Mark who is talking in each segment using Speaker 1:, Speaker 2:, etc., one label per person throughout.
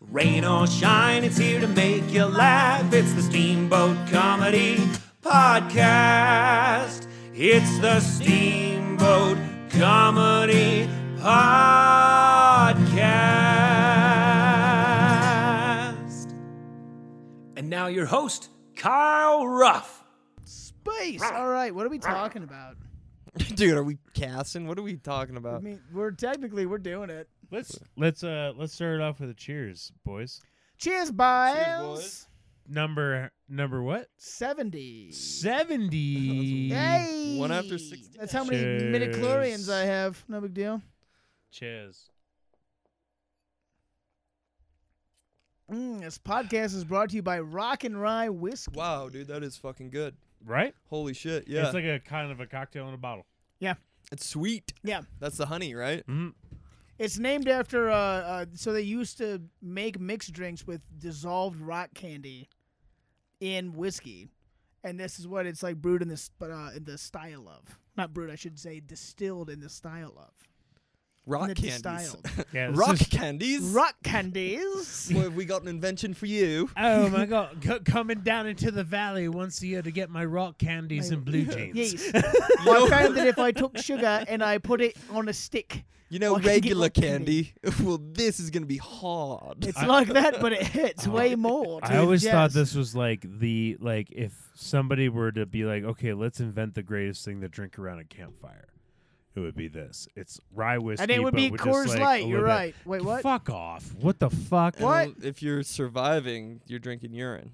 Speaker 1: Rain or shine, it's here to make you laugh. It's the Steamboat Comedy Podcast. It's the Steamboat Comedy Podcast. And now your host, Kyle Ruff.
Speaker 2: Space. All right, what are we talking about?
Speaker 3: Dude, are we casting? What are we talking
Speaker 2: I
Speaker 3: about?
Speaker 2: mean, we're technically we're doing it.
Speaker 4: Let's let's uh let's start it off with a cheers, boys.
Speaker 2: Cheers, Biles.
Speaker 4: Number number what?
Speaker 2: Seventy.
Speaker 4: Seventy.
Speaker 2: Hey.
Speaker 3: One after 60.
Speaker 2: That's how many midichlorians
Speaker 4: Cheers.
Speaker 2: I have. No big deal.
Speaker 4: Cheers.
Speaker 2: Mm, this podcast is brought to you by Rock and Rye Whiskey.
Speaker 3: Wow, dude, that is fucking good.
Speaker 4: Right?
Speaker 3: Holy shit, yeah. It's,
Speaker 4: It's like a kind of a cocktail in a bottle.
Speaker 3: sweet.
Speaker 2: Yeah,
Speaker 3: That's the honey, right?
Speaker 4: Mm-hmm.
Speaker 2: it's named after. Uh, uh, so they used to make mixed drinks with dissolved rock candy in whiskey, and this is what it's like brewed in this, but uh, in the style of. Not brewed, I should say, distilled in the style of
Speaker 3: Rock
Speaker 2: the
Speaker 3: candies.
Speaker 2: distilled.
Speaker 4: Yeah, this
Speaker 3: Rock
Speaker 4: is-
Speaker 3: candies?
Speaker 2: rock candies.
Speaker 3: Boy, have we got an invention for you?
Speaker 4: Oh my god! Co- coming down into the valley once a year to get my rock candies and blue jeans.
Speaker 2: Yes. I found that if I took sugar and I put it on a stick,
Speaker 3: You know,
Speaker 2: Well, I can get
Speaker 3: regular
Speaker 2: rock candy.
Speaker 3: candy. well, this is going to be hard.
Speaker 2: it's like that, but it hits way more.
Speaker 4: I
Speaker 2: dude.
Speaker 4: always thought
Speaker 2: Yes.
Speaker 4: this was like the like if somebody were to be like, okay, let's invent the greatest thing to drink around a campfire. It would be this. It's rye whiskey,
Speaker 2: And it would
Speaker 4: but
Speaker 2: be
Speaker 4: with just,
Speaker 2: Coors
Speaker 4: like, a
Speaker 2: Light. You're
Speaker 4: little bit-
Speaker 2: right. Wait, what?
Speaker 4: Fuck off! What the fuck?
Speaker 2: What?
Speaker 3: Well, If you're surviving, you're drinking urine.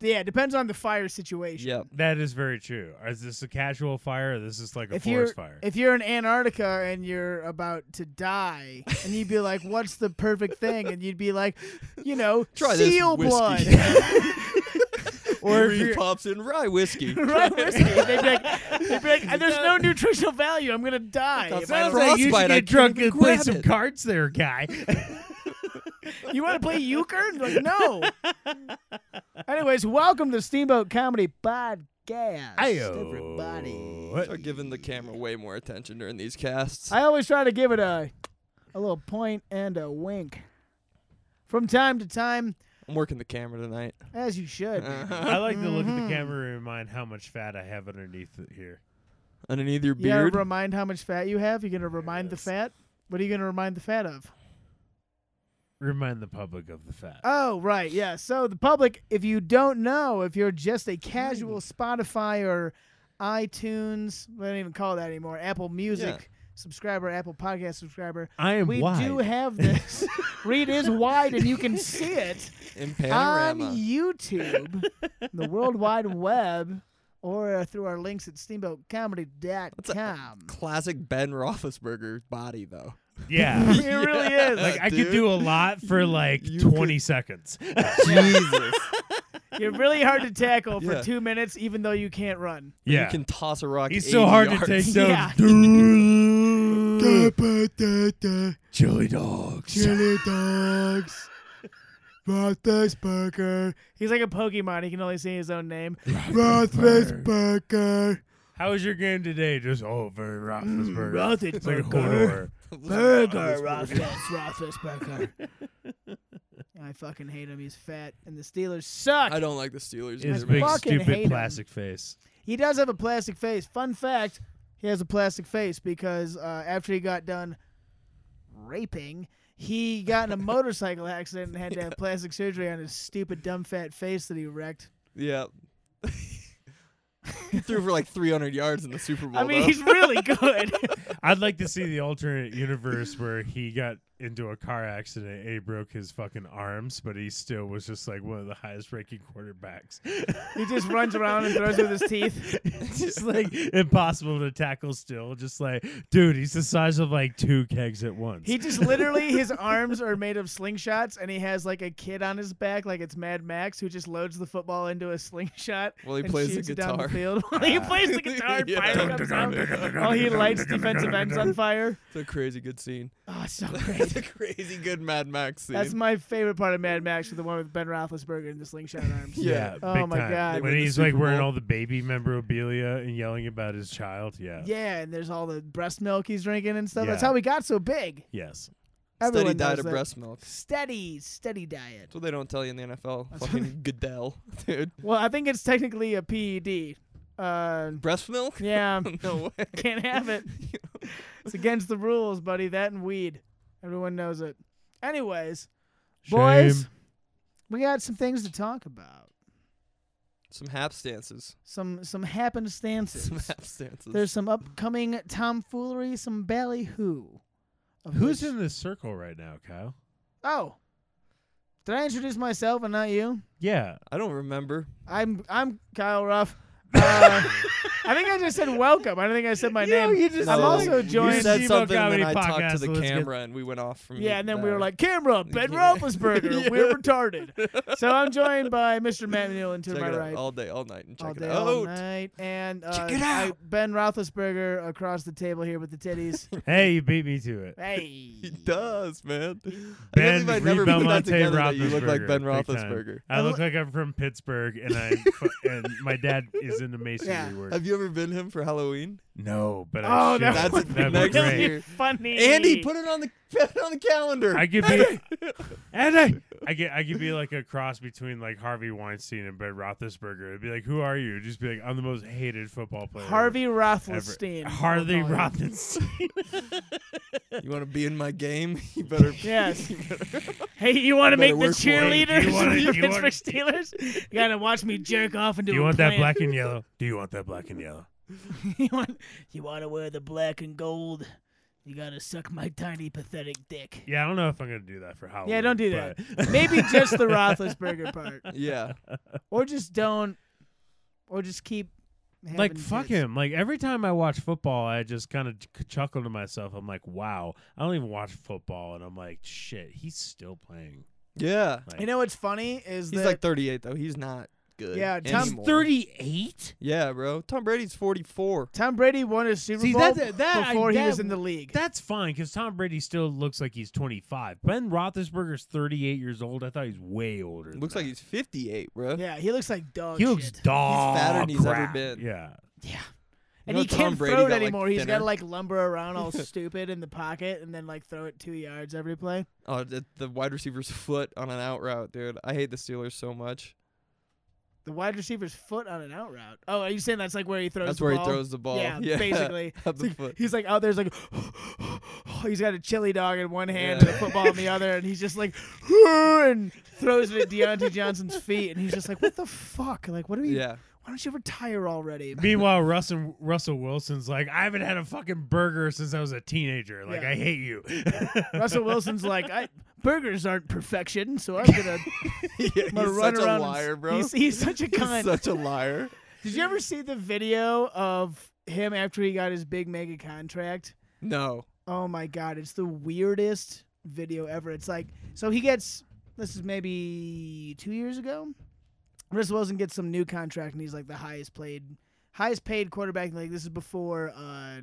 Speaker 2: Yeah, it depends on the fire situation.
Speaker 3: Yep.
Speaker 4: That is very true. Is this a casual fire? Or this is like a
Speaker 2: If you're
Speaker 4: forest fire.
Speaker 2: if you're in Antarctica and you're about to die, and you'd be like, "What's the perfect thing?" and you'd be like, "You know,
Speaker 3: Try this
Speaker 2: seal
Speaker 3: whiskey.
Speaker 2: blood."
Speaker 3: Or
Speaker 2: if
Speaker 3: he
Speaker 2: you're-
Speaker 3: pops in rye whiskey.
Speaker 2: Right, whiskey. They'd be like, they'd be like, "There's no nutritional value. I'm gonna die."
Speaker 3: That's
Speaker 2: if I
Speaker 3: not
Speaker 2: don't-
Speaker 3: right.
Speaker 4: you should
Speaker 3: frostbite, I
Speaker 4: get drunk
Speaker 3: couldn't
Speaker 4: and
Speaker 3: even
Speaker 4: play
Speaker 3: grab
Speaker 4: some
Speaker 3: it.
Speaker 4: cards, there, guy.
Speaker 2: You want to play euchre? Like, no. Anyways, welcome to Steamboat Comedy Podcast,
Speaker 4: Ayo.
Speaker 2: everybody.
Speaker 4: What?
Speaker 3: Are giving the camera way more attention during these casts.
Speaker 2: I always try to give it a, a little point and a wink, from time to time,
Speaker 3: I'm working the camera tonight.
Speaker 2: as you should.
Speaker 4: I like to look at the camera and remind how much fat I have underneath it here.
Speaker 3: Underneath your
Speaker 2: You gotta
Speaker 3: beard.
Speaker 2: remind how much fat you have. You're gonna remind the fat. What are you gonna remind the fat of?
Speaker 4: Remind the public of the fact.
Speaker 2: Oh, right, yeah. So the public, if you don't know, if you're just a casual Spotify or iTunes, I don't even call it that anymore, Apple Music subscriber, Apple Podcast subscriber,
Speaker 4: I am
Speaker 2: we
Speaker 4: wide.
Speaker 2: do have this. Reed is wide, and you can see it
Speaker 3: in
Speaker 2: on
Speaker 3: panorama.
Speaker 2: YouTube, the World Wide Web, or uh, through our links at
Speaker 3: That's a
Speaker 2: steamboatcomedy.com.
Speaker 3: classic Ben Roethlisberger body, though.
Speaker 4: yeah.
Speaker 2: It really is.
Speaker 4: Like I could
Speaker 3: dude.
Speaker 4: do a lot for like
Speaker 3: You could-
Speaker 4: 20 seconds.
Speaker 3: Jesus.
Speaker 2: You're really hard to tackle for
Speaker 3: Yeah.
Speaker 2: two minutes, even though you can't run.
Speaker 4: yeah.
Speaker 3: You can toss a rock.
Speaker 4: He's
Speaker 3: 80
Speaker 4: so hard
Speaker 3: yards.
Speaker 4: to take
Speaker 2: Yeah.
Speaker 4: down. Chili dogs.
Speaker 2: dogs. Roethlisberger. He's like a Pokemon. He can only say his own name. Roethlisberger.
Speaker 4: How was your game today? Just oh, very
Speaker 2: Mm,
Speaker 4: Roethlisberger. It's like
Speaker 2: Roethlisberger.
Speaker 4: horror.
Speaker 2: Burger. Roethlis- Roethlisberger. I fucking hate him. He's fat, and the Steelers suck.
Speaker 3: I don't like the Steelers
Speaker 4: His
Speaker 3: either.
Speaker 2: big
Speaker 4: big
Speaker 3: but-
Speaker 2: fucking hate
Speaker 4: stupid
Speaker 2: him.
Speaker 4: plastic face.
Speaker 2: He does have a plastic face. Fun fact: He has a plastic face because uh, after he got done raping, he got in a motorcycle accident and had to have plastic surgery on his stupid, dumb, fat face that he wrecked.
Speaker 3: Yeah. he threw for like 300 yards in the Super Bowl.
Speaker 2: I mean,
Speaker 3: though.
Speaker 2: he's really good.
Speaker 4: I'd like to see the alternate universe where he got into a car accident and he broke his fucking arms, but he still was just like one of the highest ranking quarterbacks.
Speaker 2: he just runs around and throws it with his teeth.
Speaker 4: It's just like impossible to tackle still. Just like, dude, he's the size of like two kegs at once.
Speaker 2: He just literally his arms are made of slingshots, and he has like a kid on his back, like it's Mad Max, who just loads the football into a slingshot.
Speaker 3: Well, he
Speaker 2: and
Speaker 3: plays the
Speaker 2: shoots it down the
Speaker 3: guitar.
Speaker 2: field. While he plays the guitar. and
Speaker 3: Yeah.
Speaker 2: fires comes out. While oh, he lights defensive ends on fire.
Speaker 3: it's a crazy good scene.
Speaker 2: Oh, it's so
Speaker 3: It's
Speaker 2: great.
Speaker 3: a crazy good Mad Max scene.
Speaker 2: That's my favorite part of Mad Max, the one with Ben Roethlisberger and the slingshot arms.
Speaker 4: yeah,
Speaker 2: Oh
Speaker 4: big
Speaker 2: my
Speaker 4: time.
Speaker 2: God. They
Speaker 4: When
Speaker 3: win the
Speaker 4: he's like
Speaker 3: Super
Speaker 4: wearing
Speaker 3: Bowl.
Speaker 4: all the baby memorabilia and yelling about his child. Yeah.
Speaker 2: Yeah, and there's all the breast milk he's drinking and stuff. That's
Speaker 4: Yeah.
Speaker 2: how he got so big.
Speaker 4: Yes.
Speaker 2: Everyone
Speaker 3: Steady diet
Speaker 2: knows
Speaker 3: of
Speaker 2: that.
Speaker 3: breast milk.
Speaker 2: Steady, steady diet.
Speaker 3: That's what they don't tell you in the NFL.
Speaker 2: That's what
Speaker 3: Fucking Goodell, dude.
Speaker 2: Well, I think it's technically a PED. Uh,
Speaker 3: Breast milk?
Speaker 2: yeah,
Speaker 3: no way.
Speaker 2: can't have it. It's against the rules, buddy. That and weed. Everyone knows it. Anyways, boys,
Speaker 4: Shame.
Speaker 2: we got some things to talk about.
Speaker 3: Some hap stances.
Speaker 2: Some some happenstances.
Speaker 3: Some hap stances.
Speaker 2: There's some upcoming tomfoolery, some ballyhoo. of
Speaker 4: Who's
Speaker 2: which-
Speaker 4: in this circle right now, Kyle?
Speaker 2: Oh, did I introduce myself and not you?
Speaker 4: Yeah.
Speaker 3: I don't remember.
Speaker 2: I'm I'm Kyle Ruff. Uh, I think I just said welcome. I don't think I said my
Speaker 4: Yeah,
Speaker 2: name.
Speaker 4: you just
Speaker 2: I'm
Speaker 4: said-
Speaker 2: also
Speaker 3: You
Speaker 4: you
Speaker 2: joined.
Speaker 3: said
Speaker 4: Steve-O
Speaker 3: something, and
Speaker 4: Comedy
Speaker 3: then I talked
Speaker 4: Podcast,
Speaker 3: to the
Speaker 4: let's get-
Speaker 3: camera, and we went off from
Speaker 2: yeah, and then we
Speaker 3: there.
Speaker 2: were like, camera, Ben
Speaker 3: Yeah.
Speaker 2: Roethlisberger,
Speaker 3: Yeah.
Speaker 2: we're retarded. So I'm joined by Mr. Matt McNeil and to
Speaker 3: check
Speaker 2: my
Speaker 3: it out
Speaker 2: right,
Speaker 3: all day, all night, and check
Speaker 2: all
Speaker 3: it
Speaker 2: day,
Speaker 3: out. Oh,
Speaker 2: all night, and uh,
Speaker 3: Check it
Speaker 2: I-
Speaker 3: out.
Speaker 2: Ben Roethlisberger across the table here with the titties.
Speaker 4: Hey, you beat me to it.
Speaker 2: hey,
Speaker 3: He does, man.
Speaker 4: Ben
Speaker 3: I can't believe I
Speaker 4: Reed
Speaker 3: never put that
Speaker 4: Belmonte
Speaker 3: together that you look like
Speaker 4: Roethlisberger,
Speaker 3: Ben
Speaker 4: big time.
Speaker 3: Roethlisberger.
Speaker 4: I look like I'm from Pittsburgh, and I fu- and my dad is into masonry
Speaker 2: Yeah.
Speaker 4: work.
Speaker 3: Have you ever been him for Halloween?
Speaker 4: no, but I
Speaker 2: Oh,
Speaker 4: should.
Speaker 2: that
Speaker 3: That's
Speaker 2: would
Speaker 3: that'd
Speaker 2: be
Speaker 3: be
Speaker 4: great.
Speaker 2: really funny.
Speaker 3: Andy, put it on the put it on the calendar.
Speaker 4: I could be, and I, I get, I could be like a cross between like Harvey Weinstein and Ben Roethlisberger. It'd be like, who are you? Just be like, I'm the most hated football player.
Speaker 2: Harvey
Speaker 4: ever."
Speaker 2: Roethlisberger.
Speaker 4: Harvey
Speaker 2: We'll call him.
Speaker 4: Roethlisberger.
Speaker 3: you want to be in my game? You better.
Speaker 2: Yes.
Speaker 3: you better-
Speaker 2: Hey, you want to
Speaker 3: Better
Speaker 2: make the
Speaker 3: work for it.
Speaker 2: cheerleaders
Speaker 4: You wanna-
Speaker 2: for the
Speaker 4: you wanna-
Speaker 2: Pittsburgh Steelers? You gotta watch me jerk off and do.
Speaker 4: Do you
Speaker 2: a
Speaker 4: want that
Speaker 2: plan.
Speaker 4: black and yellow? Do you want that black and yellow?
Speaker 2: you want you want to wear the black and gold? You gotta suck my tiny pathetic dick.
Speaker 4: Yeah, I don't know if I'm gonna do that for Halloween.
Speaker 2: don't do
Speaker 4: but-
Speaker 2: Maybe just the Roethlisberger part,
Speaker 3: yeah.
Speaker 2: or just don't, or just keep.
Speaker 4: like
Speaker 2: having
Speaker 4: fuck
Speaker 2: kids.
Speaker 4: him. Like every time I watch football, I just kind of chuckle to myself. I'm like, wow, I don't even watch football, and I'm like, shit, he's still playing.
Speaker 3: Yeah.
Speaker 4: Like,
Speaker 2: You know what's funny is
Speaker 3: He's
Speaker 2: that
Speaker 3: like 38 though. He's not good.
Speaker 2: Yeah, Tom's
Speaker 3: anymore.
Speaker 4: 38.
Speaker 3: Yeah, bro. Tom Brady's 44.
Speaker 2: Tom Brady won his Super
Speaker 4: See,
Speaker 2: Bowl
Speaker 4: that- that- I-
Speaker 2: before he was
Speaker 4: that-
Speaker 2: in the league.
Speaker 4: That's fine because Tom Brady still looks like he's 25. Ben Roethlisberger's 38 years old. I thought he's way older. than
Speaker 3: Looks like
Speaker 4: that.
Speaker 3: he's 58, bro.
Speaker 2: yeah, he looks like dog.
Speaker 4: he looks
Speaker 2: shit.
Speaker 4: dog
Speaker 3: fatter than he's ever
Speaker 4: crap.
Speaker 3: been.
Speaker 4: Yeah,
Speaker 2: Yeah.
Speaker 3: You
Speaker 2: And
Speaker 3: know
Speaker 2: he
Speaker 3: Tom
Speaker 2: can't
Speaker 3: Brady
Speaker 2: throw it
Speaker 3: got, like,
Speaker 2: anymore. He's got to
Speaker 3: thinner?
Speaker 2: like lumber around all stupid in the pocket and then like throw it two yards every play.
Speaker 3: Oh, the, the wide receiver's foot on an out route, dude. I hate the Steelers so much.
Speaker 2: The wide receiver's foot on an out route. Oh, are you saying that's like where he throws?
Speaker 3: That's
Speaker 2: the
Speaker 3: where he
Speaker 2: ball?
Speaker 3: throws the ball.
Speaker 2: Yeah, basically.
Speaker 3: Up
Speaker 2: It's
Speaker 3: the
Speaker 2: like-
Speaker 3: foot.
Speaker 2: he's like out there's like, he's got a chili dog in one hand and
Speaker 3: Yeah.
Speaker 2: a football in the other, and he's just like, and throws it at Deontay Johnson's feet, and he's just like, what the fuck? Like, what are we?
Speaker 3: Yeah.
Speaker 2: Why don't you retire already?
Speaker 4: Meanwhile, Russell Russell Wilson's like, I haven't had a fucking burger since I was a teenager. Like,
Speaker 2: Yeah.
Speaker 4: I hate you.
Speaker 2: Russell Wilson's like, I, burgers aren't perfection, so I'm gonna,
Speaker 3: Yeah,
Speaker 2: I'm gonna
Speaker 3: he's
Speaker 2: run
Speaker 3: such
Speaker 2: around.
Speaker 3: a
Speaker 2: and-
Speaker 3: liar, bro.
Speaker 2: He's, he's such a cunt.
Speaker 3: He's such a liar.
Speaker 2: Did you ever see the video of him after he got his big mega contract?
Speaker 3: No.
Speaker 2: Oh my god, it's the weirdest video ever. It's like so he gets this is maybe two years ago. Russell Wilson gets some new contract and he's like the highest played highest paid quarterback. Like this is before uh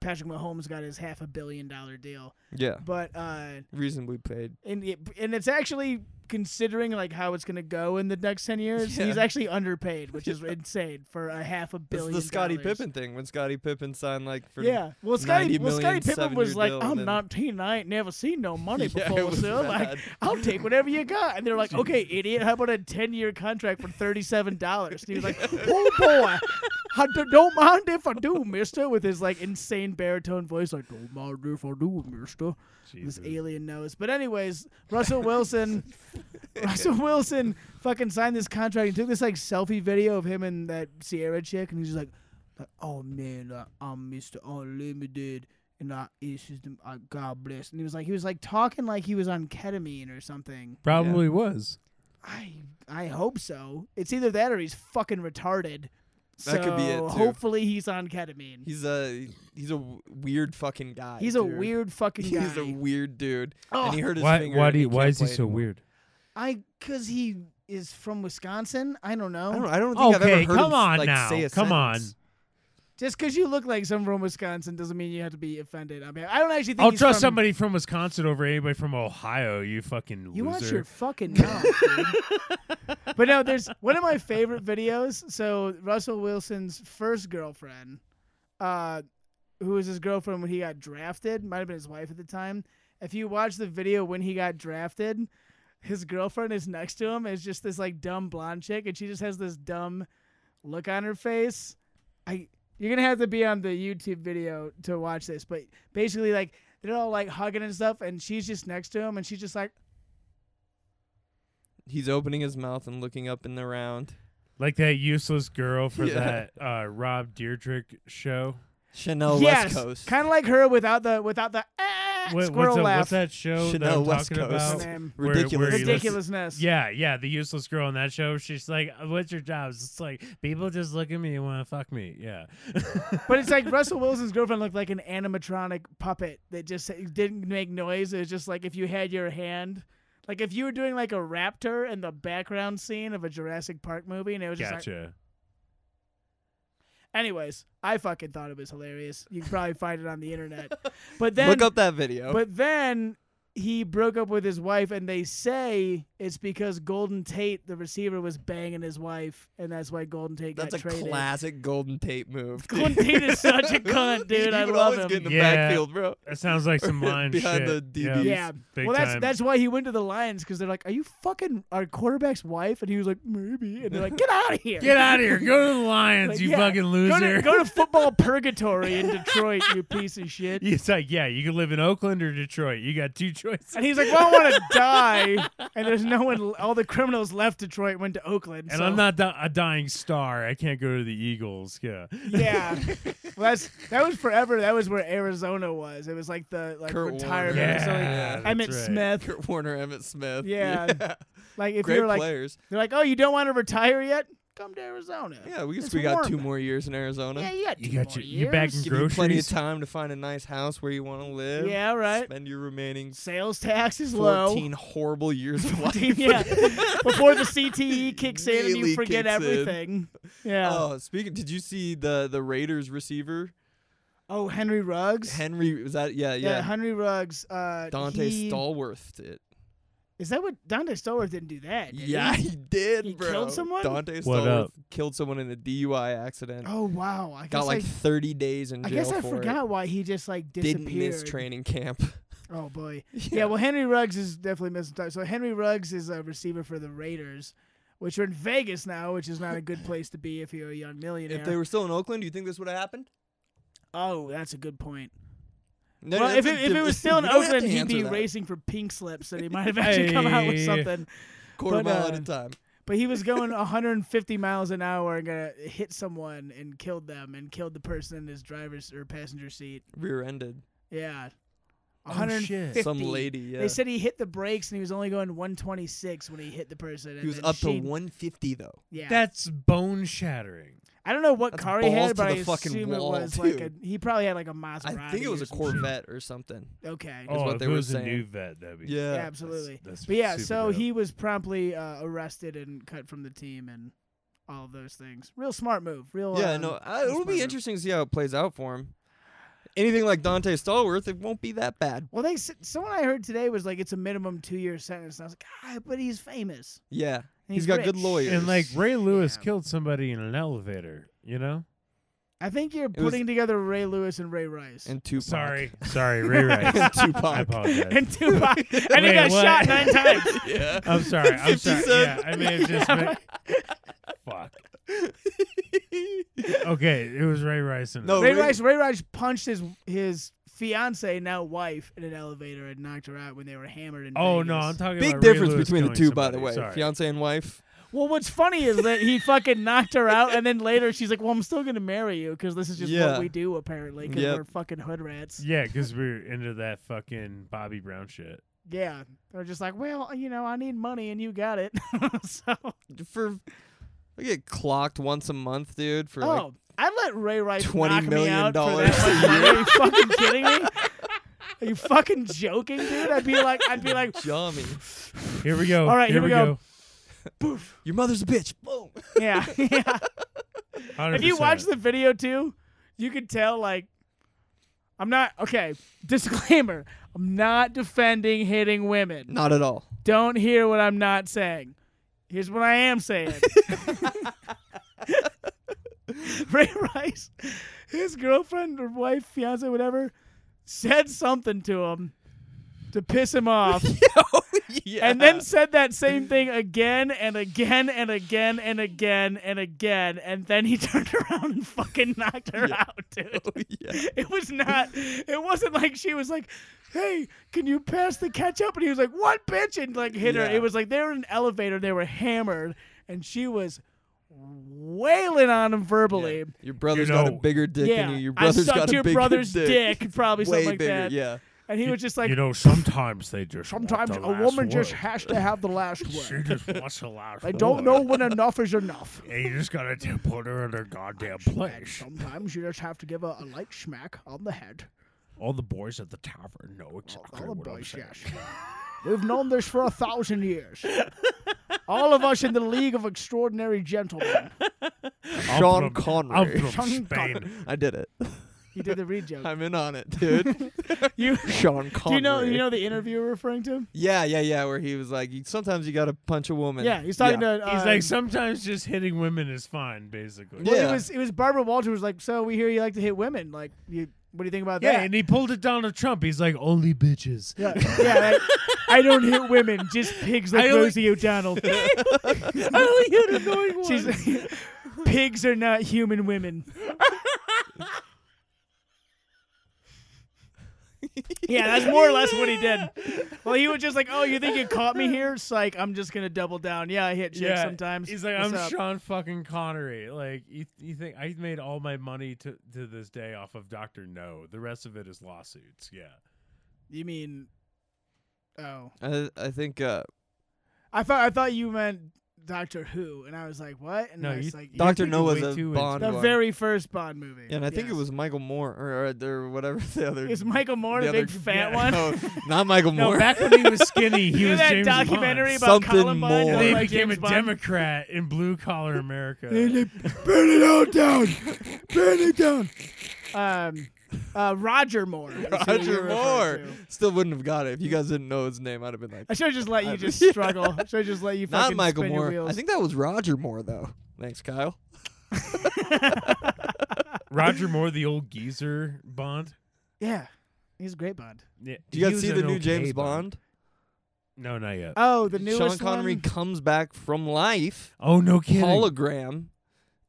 Speaker 2: Patrick Mahomes got his half a billion dollar deal.
Speaker 3: Yeah.
Speaker 2: But uh
Speaker 3: Reasonably paid.
Speaker 2: and it, and it's actually considering like how it's gonna go in the next ten years,
Speaker 3: Yeah.
Speaker 2: he's actually underpaid, which is insane for a half a
Speaker 3: It's
Speaker 2: billion.
Speaker 3: the Scottie
Speaker 2: dollars.
Speaker 3: Pippen thing when Scottie Pippen signed like for
Speaker 2: Yeah. Well, Scotty.
Speaker 3: 90
Speaker 2: Well, Scotty
Speaker 3: million
Speaker 2: Pippen was
Speaker 3: seven-year
Speaker 2: like,
Speaker 3: deal, and
Speaker 2: "I'm
Speaker 3: then-
Speaker 2: 19. I ain't never seen no money
Speaker 3: Yeah, it
Speaker 2: before,
Speaker 3: was
Speaker 2: so like,
Speaker 3: bad.
Speaker 2: I'll take whatever you got." And they're like, "Okay, idiot. How about a 10-year contract for 37 dollars?" And he was like, "Oh boy." I d- don't mind if I do, mister, with his like insane baritone voice, like, don't mind if I do, mister.
Speaker 4: Jesus.
Speaker 2: This alien knows. But, anyways, Russell Wilson, Russell Wilson fucking signed this contract and took this like selfie video of him and that Sierra chick, and he's just like, like, oh man, like, I'm Mr. Unlimited, and I it's just I, God bless. And he was like, he was like talking like he was on ketamine or something.
Speaker 4: Probably was.
Speaker 2: I I hope so. It's either that or he's fucking retarded.
Speaker 3: That could be it,
Speaker 2: So,
Speaker 3: too.
Speaker 2: Hopefully he's on ketamine.
Speaker 3: He's a he's a w- weird fucking guy.
Speaker 2: He's a
Speaker 3: dude.
Speaker 2: weird fucking guy.
Speaker 3: He's a weird dude.
Speaker 2: Oh.
Speaker 3: And he hurt his
Speaker 4: Why?
Speaker 3: finger.
Speaker 4: Why
Speaker 3: and
Speaker 4: do? You,
Speaker 3: can't
Speaker 4: why is he
Speaker 3: play
Speaker 4: so
Speaker 3: anymore.
Speaker 4: weird?
Speaker 2: I cause he is from Wisconsin. I don't know.
Speaker 3: I don't, I don't think I've
Speaker 4: Okay,
Speaker 3: ever heard
Speaker 4: come
Speaker 3: him,
Speaker 4: on
Speaker 3: like,
Speaker 4: now,
Speaker 3: say a
Speaker 4: come on.
Speaker 3: sentence.
Speaker 2: Just because you look like someone from Wisconsin doesn't mean you have to be offended. I mean, I don't actually think
Speaker 4: I'll
Speaker 2: he's
Speaker 4: trust
Speaker 2: from-
Speaker 4: somebody from Wisconsin over anybody from Ohio. You fucking
Speaker 2: You
Speaker 4: loser.
Speaker 2: watch your fucking mouth. dude. but no, there's one of my favorite videos. So Russell Wilson's first girlfriend, uh, who was his girlfriend when he got drafted, might have been his wife at the time, If you watch the video when he got drafted, his girlfriend is next to him. Is just this like dumb blonde chick, and she just has this dumb look on her face. I you're gonna have to be on the YouTube video to watch this, but basically like they're all like hugging and stuff, and she's just next to him, and she's just like,
Speaker 3: He's opening his mouth and looking up and around.
Speaker 4: Like that useless girl for
Speaker 3: Yeah.
Speaker 4: that uh, Rob Deirdrick show.
Speaker 3: Chanel
Speaker 2: yes,
Speaker 3: Oh, West Coast.
Speaker 2: kind of like her without the without the ah,
Speaker 4: What-
Speaker 2: squirrel
Speaker 4: what's, that-
Speaker 2: laugh.
Speaker 4: what's that show that
Speaker 3: Chanel
Speaker 4: I'm
Speaker 3: West
Speaker 4: talking
Speaker 3: Coast.
Speaker 4: about?
Speaker 2: Name.
Speaker 4: Where- where
Speaker 3: Ridiculous.
Speaker 4: he looks-
Speaker 2: Ridiculousness.
Speaker 4: Yeah, yeah, the useless girl in that show. She's like, "What's your job?" It's like people just look at me and want to fuck me. Yeah,
Speaker 2: But it's like Russell Wilson's girlfriend looked like an animatronic puppet that just didn't make noise. It was just like if you had your hand, like if you were doing like a raptor in the background scene of a Jurassic Park movie, and it was just like.
Speaker 4: gotcha.
Speaker 2: Anyways, I fucking thought it was hilarious. You can probably find it on the internet. But then,
Speaker 3: Look up that video.
Speaker 2: but then he broke up with his wife, and they say it's because Golden Tate, the receiver, was banging his wife, and that's why Golden Tate
Speaker 3: That's a
Speaker 2: got traded.
Speaker 3: classic Golden Tape move.
Speaker 2: Golden
Speaker 3: dude.
Speaker 2: Tate is such a cunt, dude.
Speaker 3: You
Speaker 2: I
Speaker 3: could
Speaker 2: love
Speaker 3: always
Speaker 2: him.
Speaker 3: Get in the
Speaker 4: Yeah.
Speaker 3: backfield, bro.
Speaker 4: That sounds like some line
Speaker 3: Behind
Speaker 4: shit.
Speaker 3: the
Speaker 4: Yeah.
Speaker 3: DBs.
Speaker 2: Yeah.
Speaker 4: Big
Speaker 2: well, that's
Speaker 4: time.
Speaker 2: that's why he went to the Lions because they're like, "Are you fucking our quarterback's wife?" And he was like, "Maybe." And they're like, "Get out of here!
Speaker 4: Get out of here. Go to the Lions,
Speaker 2: Like,
Speaker 4: you
Speaker 2: yeah,
Speaker 4: fucking
Speaker 2: Go
Speaker 4: loser.
Speaker 2: to, go to football purgatory in Detroit, you piece of shit."
Speaker 4: it's like, yeah, you can live in Oakland or Detroit. You got two choices.
Speaker 2: And he's like, "Well, I want to die." And there's no one. All the criminals left Detroit, went to Oakland.
Speaker 4: And
Speaker 2: so-
Speaker 4: I'm not di- a dying star. I can't go to the Eagles. Yeah.
Speaker 2: Yeah, well, that's that was forever. That was where Arizona was. It was like the like
Speaker 3: Kurt
Speaker 2: retirement.
Speaker 3: Warner.
Speaker 2: So like,
Speaker 4: Yeah, that's
Speaker 2: Emmett
Speaker 4: right.
Speaker 2: Smith.
Speaker 3: Kurt Warner, Emmett Smith.
Speaker 2: Yeah. Like if
Speaker 3: Great
Speaker 2: you're like,
Speaker 3: players.
Speaker 2: they're like, "Oh, you don't want to retire yet? Come to Arizona."
Speaker 3: Yeah, we,
Speaker 2: It's
Speaker 3: we got two
Speaker 2: warm.
Speaker 3: more years in Arizona.
Speaker 2: Yeah, you got
Speaker 4: You
Speaker 2: two
Speaker 4: got
Speaker 2: more
Speaker 4: your- you back in
Speaker 2: years.
Speaker 3: Give you plenty of
Speaker 4: groceries.
Speaker 3: time to find a nice house where you want to live.
Speaker 2: Yeah, right.
Speaker 3: Spend your remaining
Speaker 2: Sales tax is low.
Speaker 3: 14 horrible years of life.
Speaker 2: 14, yeah. Before the CTE kicks in and
Speaker 3: Really
Speaker 2: you forget
Speaker 3: kicks in.
Speaker 2: everything. Yeah. Oh.
Speaker 3: Oh, speaking, did you see the the Raiders receiver
Speaker 2: Oh, Henry Ruggs.
Speaker 3: Henry? Was that yeah
Speaker 2: yeah.
Speaker 3: yeah?
Speaker 2: Henry Ruggs. Uh,
Speaker 3: Dante
Speaker 2: he-
Speaker 3: Stallworth did.
Speaker 2: Is that what Dante Stallworth didn't do that? did
Speaker 3: Yeah,
Speaker 2: he?
Speaker 3: he did,
Speaker 2: He
Speaker 3: bro.
Speaker 2: killed someone?
Speaker 3: Dante
Speaker 4: What
Speaker 3: Stallworth
Speaker 4: up?
Speaker 3: killed someone in a DUI accident.
Speaker 2: Oh wow. I guess
Speaker 3: got like
Speaker 2: I,
Speaker 3: 30 days in
Speaker 2: I
Speaker 3: jail
Speaker 2: guess I
Speaker 3: for
Speaker 2: forgot why he just like
Speaker 3: it.
Speaker 2: disappeared.
Speaker 3: Didn't miss training camp.
Speaker 2: Oh boy. Yeah, well, Henry Ruggs is definitely missing time. So Henry Ruggs is a receiver for the Raiders, which are in Vegas now, which is not a good place to be if you're a young millionaire.
Speaker 3: If they were still in Oakland, do you think this would have happened?
Speaker 2: oh, that's a good point.
Speaker 3: No,
Speaker 2: well, if
Speaker 3: that's a
Speaker 2: it, if it
Speaker 3: different-
Speaker 2: was still in
Speaker 3: we don't have
Speaker 2: Oakland,
Speaker 3: to
Speaker 2: he'd be
Speaker 3: answer that.
Speaker 2: racing for pink slips, and he might have actually come out with
Speaker 4: Hey.
Speaker 2: something.
Speaker 3: quarter
Speaker 2: but,
Speaker 3: mile at
Speaker 2: uh,
Speaker 3: a time.
Speaker 2: But he was going 150 miles an hour and gonna hit someone and killed them and killed the person in his driver's or passenger seat.
Speaker 3: Rear-ended.
Speaker 2: Yeah,
Speaker 4: Oh,
Speaker 2: 150.
Speaker 4: shit.
Speaker 3: Some lady. Yeah.
Speaker 2: They said he hit the brakes and he was only going 126 when he hit the person.
Speaker 3: he was
Speaker 2: and
Speaker 3: up
Speaker 2: she-
Speaker 3: to 150 though.
Speaker 2: Yeah,
Speaker 4: That's bone shattering.
Speaker 2: I don't know what
Speaker 3: that's
Speaker 2: car he
Speaker 3: balls
Speaker 2: had,
Speaker 3: to
Speaker 2: but I
Speaker 3: the fucking
Speaker 2: assume
Speaker 3: wall,
Speaker 2: it was like a.
Speaker 3: dude.
Speaker 2: He probably had like a Maserati.
Speaker 3: I think it was
Speaker 2: or
Speaker 3: a
Speaker 2: some shit.
Speaker 3: Corvette or something.
Speaker 2: Okay.
Speaker 3: what
Speaker 4: Oh, if
Speaker 3: they
Speaker 4: it
Speaker 3: were
Speaker 4: was a
Speaker 3: saying.
Speaker 4: new vet, that'd be
Speaker 3: Yeah.
Speaker 2: Yeah, absolutely.
Speaker 4: that's
Speaker 2: but yeah,
Speaker 4: super
Speaker 2: so
Speaker 4: dope.
Speaker 2: he was promptly uh, arrested and cut from the team and all of those things. Real smart move. Real.
Speaker 3: yeah,
Speaker 2: um,
Speaker 3: no,
Speaker 2: real
Speaker 3: I, it'll
Speaker 2: smart
Speaker 3: be
Speaker 2: move.
Speaker 3: interesting to see how it plays out for him. Anything like Dante Stallworth, it won't be that bad.
Speaker 2: Well, they s- someone I heard today was like it's a minimum two year sentence. And I was like, ah, but he's famous.
Speaker 3: Yeah,
Speaker 2: And
Speaker 3: he's got good
Speaker 2: rich."
Speaker 3: lawyers.
Speaker 4: And like Ray Lewis
Speaker 2: Yeah.
Speaker 4: killed somebody in an elevator, you know?
Speaker 2: I think you're
Speaker 3: was-
Speaker 2: putting together Ray Lewis and Ray Rice
Speaker 3: and Tupac.
Speaker 4: Sorry. Sorry, Ray Rice.
Speaker 3: and Tupac.
Speaker 4: I apologize.
Speaker 2: and Tupac. and he
Speaker 4: Wait,
Speaker 2: got
Speaker 4: what?
Speaker 2: shot nine times.
Speaker 3: yeah.
Speaker 4: I'm sorry. I'm
Speaker 3: 50
Speaker 4: sorry. Yeah,
Speaker 3: Cent.
Speaker 4: I may have just.
Speaker 2: Yeah.
Speaker 4: mi- Fuck. Okay, it was Ray Rice. And
Speaker 3: No,
Speaker 2: Ray
Speaker 3: Ray-
Speaker 2: Rice. Ray Rice punched his his fiance now wife in an elevator and knocked her out when they were hammered. In
Speaker 4: Oh
Speaker 2: Vegas.
Speaker 4: no, I'm talking
Speaker 3: Big
Speaker 4: about
Speaker 3: difference
Speaker 4: Ray Lewis
Speaker 3: between the
Speaker 4: killing
Speaker 3: two, by the
Speaker 4: somebody.
Speaker 3: way.
Speaker 4: Sorry.
Speaker 3: Fiance and wife.
Speaker 2: Well, what's funny is that he fucking knocked her out, and then later she's like, "Well, I'm still gonna marry you because this is just
Speaker 3: Yeah.
Speaker 2: what we do apparently because
Speaker 3: Yep.
Speaker 2: we're fucking hood rats."
Speaker 4: Yeah, because we're into that fucking Bobby Brown shit.
Speaker 2: Yeah, they're just like, "Well, you know, I need money, and you got it." so,
Speaker 3: For I get clocked once a month, dude. For like,
Speaker 2: oh, I let Ray Rice
Speaker 3: $20
Speaker 2: knock me
Speaker 3: million
Speaker 2: out for
Speaker 3: dollars
Speaker 2: that. much money. Are you fucking kidding me? Are you fucking joking, dude? I'd be like, I'd be like,
Speaker 3: Johnny,
Speaker 4: Here we go.
Speaker 2: All right,
Speaker 4: here,
Speaker 2: here
Speaker 4: we
Speaker 2: we
Speaker 4: go.
Speaker 3: your mother's a bitch. Boom.
Speaker 2: yeah, yeah.
Speaker 4: 100%.
Speaker 2: if you watch the video too, you can tell like I'm not okay. Disclaimer: I'm not defending hitting women.
Speaker 3: Not at all.
Speaker 2: Don't hear what I'm not saying. Here's what I am saying. Ray Rice, his girlfriend or wife, fiance, whatever, said something to him, to piss him off, Oh,
Speaker 3: yeah.
Speaker 2: and then said that same thing again and again and again and again and again, and then he turned around and fucking knocked her
Speaker 3: Yeah. Oh,
Speaker 2: out, dude.
Speaker 3: yeah.
Speaker 2: It was not. It wasn't like she was like, "Hey, can you pass the ketchup?" And he was like, "What, bitch?" And like hit her.
Speaker 3: Yeah.
Speaker 2: It was like they were in an elevator. They were hammered, and she was wailing on him verbally.
Speaker 3: Yeah. Your brother's got a
Speaker 4: know-
Speaker 3: bigger dick
Speaker 2: yeah,
Speaker 3: than you. Your
Speaker 2: I
Speaker 3: brother's
Speaker 2: sucked
Speaker 3: got a
Speaker 2: your
Speaker 3: bigger
Speaker 2: brother's
Speaker 3: dick.
Speaker 2: dick, probably
Speaker 3: Way
Speaker 2: something like
Speaker 3: bigger.
Speaker 2: that.
Speaker 3: Yeah.
Speaker 2: And he was just like,
Speaker 4: you know, sometimes they just want
Speaker 5: Sometimes
Speaker 4: the
Speaker 5: a
Speaker 4: last
Speaker 5: woman just
Speaker 4: word.
Speaker 5: has to have the last word.
Speaker 4: she just wants the last.
Speaker 5: I don't
Speaker 4: word.
Speaker 5: know when enough is enough.
Speaker 4: And you just gotta t- put her in her goddamn
Speaker 5: And
Speaker 4: place.
Speaker 5: sometimes you just have to give a, a light smack on the head.
Speaker 4: All the boys at the tavern know exactly
Speaker 5: Oh, All the
Speaker 4: what I'm
Speaker 5: boys,
Speaker 4: saying.
Speaker 5: yes. We've known this for a thousand years. All of us in the League of Extraordinary Gentlemen.
Speaker 4: I'm
Speaker 3: Sean
Speaker 4: from- I'm
Speaker 3: Connery.
Speaker 4: from
Speaker 5: Sean Connery.
Speaker 4: Spain.
Speaker 3: I did it.
Speaker 5: You did the read joke.
Speaker 3: I'm in on it, dude.
Speaker 2: "You."
Speaker 3: Sean Connery.
Speaker 2: Do you know? You know the interview we're referring to?
Speaker 3: Yeah, yeah, yeah. Where he was like, "You- sometimes you gotta punch a woman.
Speaker 2: Yeah, he's talking to.
Speaker 4: He's
Speaker 2: uh,
Speaker 4: like, sometimes just hitting women is fine, basically.
Speaker 3: Yeah.
Speaker 2: Well, it was it was Barbara Walters was like, so we hear you like to hit women. Like, you what do you think about
Speaker 4: Yeah,
Speaker 2: that?
Speaker 4: and he pulled it down to Trump. He's like, only bitches.
Speaker 2: yeah, yeah. like, I don't hit women, just pigs like
Speaker 4: I only-
Speaker 2: Rosie O'Donnell.
Speaker 4: I only hit annoying
Speaker 2: She's pigs are not human women. yeah, that's more or less what he did. Well, he was just like, "Oh, you think you caught me here? Psych! I'm just gonna double down. Yeah, I hit chicks
Speaker 4: yeah,
Speaker 2: sometimes.
Speaker 4: He's like,
Speaker 2: What's
Speaker 4: I'm
Speaker 2: up?"
Speaker 4: Sean fucking Connery. Like, you, you think I made all my money to to this day off of Doctor No? The rest of it is lawsuits. Yeah,
Speaker 2: You mean? Oh,
Speaker 3: I, I think. Uh,
Speaker 2: I thought I thought you meant Doctor Who, and I was like, "What?" And
Speaker 4: No,
Speaker 2: I was
Speaker 4: you-
Speaker 2: like,
Speaker 4: Doc-
Speaker 3: Doctor No
Speaker 4: thinking
Speaker 3: was
Speaker 4: way
Speaker 3: a
Speaker 4: too
Speaker 3: Bond
Speaker 2: The
Speaker 3: one.
Speaker 2: very first Bond movie.
Speaker 3: and I think it
Speaker 2: Yes.
Speaker 3: was Michael Moore or, or, or whatever the other.
Speaker 2: Is Michael Moore the,
Speaker 3: the
Speaker 2: big
Speaker 3: other-
Speaker 2: fat
Speaker 4: yeah.
Speaker 2: one?
Speaker 3: No, not Michael
Speaker 4: no.
Speaker 3: Moore.
Speaker 4: Back when he was skinny, he
Speaker 2: you know
Speaker 4: was
Speaker 2: that
Speaker 4: James
Speaker 2: documentary
Speaker 4: Bond.
Speaker 2: about
Speaker 3: Something
Speaker 2: Columbine
Speaker 3: more.
Speaker 2: done
Speaker 4: And then he
Speaker 2: by
Speaker 4: became
Speaker 2: James
Speaker 4: a
Speaker 2: Bond?
Speaker 4: Democrat in blue collar America.
Speaker 5: Burn it all down! Burn it down!
Speaker 2: Um, uh, Roger Moore. is who you're
Speaker 3: Roger
Speaker 2: referring
Speaker 3: Moore
Speaker 2: to.
Speaker 3: still wouldn't have got it if you guys didn't know his name. I'd have been like,
Speaker 2: I should have just let you
Speaker 3: I-
Speaker 2: just
Speaker 3: Uh, yeah.
Speaker 2: struggle. Should have just let you
Speaker 3: not
Speaker 2: fucking
Speaker 3: Michael
Speaker 2: spin your
Speaker 3: Moore.
Speaker 2: wheels.
Speaker 3: I think that was Roger Moore though. Thanks, Kyle.
Speaker 4: Roger Moore, the old geezer Bond.
Speaker 2: yeah, he's a great Bond.
Speaker 4: Yeah,
Speaker 3: Do you
Speaker 4: he
Speaker 3: guys see
Speaker 4: was
Speaker 3: the
Speaker 4: an
Speaker 3: new
Speaker 4: okay
Speaker 3: James Bond?
Speaker 4: No, not yet.
Speaker 2: Oh, the newest
Speaker 3: Sean Connery
Speaker 2: one?
Speaker 3: comes back from life,
Speaker 4: oh no, kidding.
Speaker 3: hologram,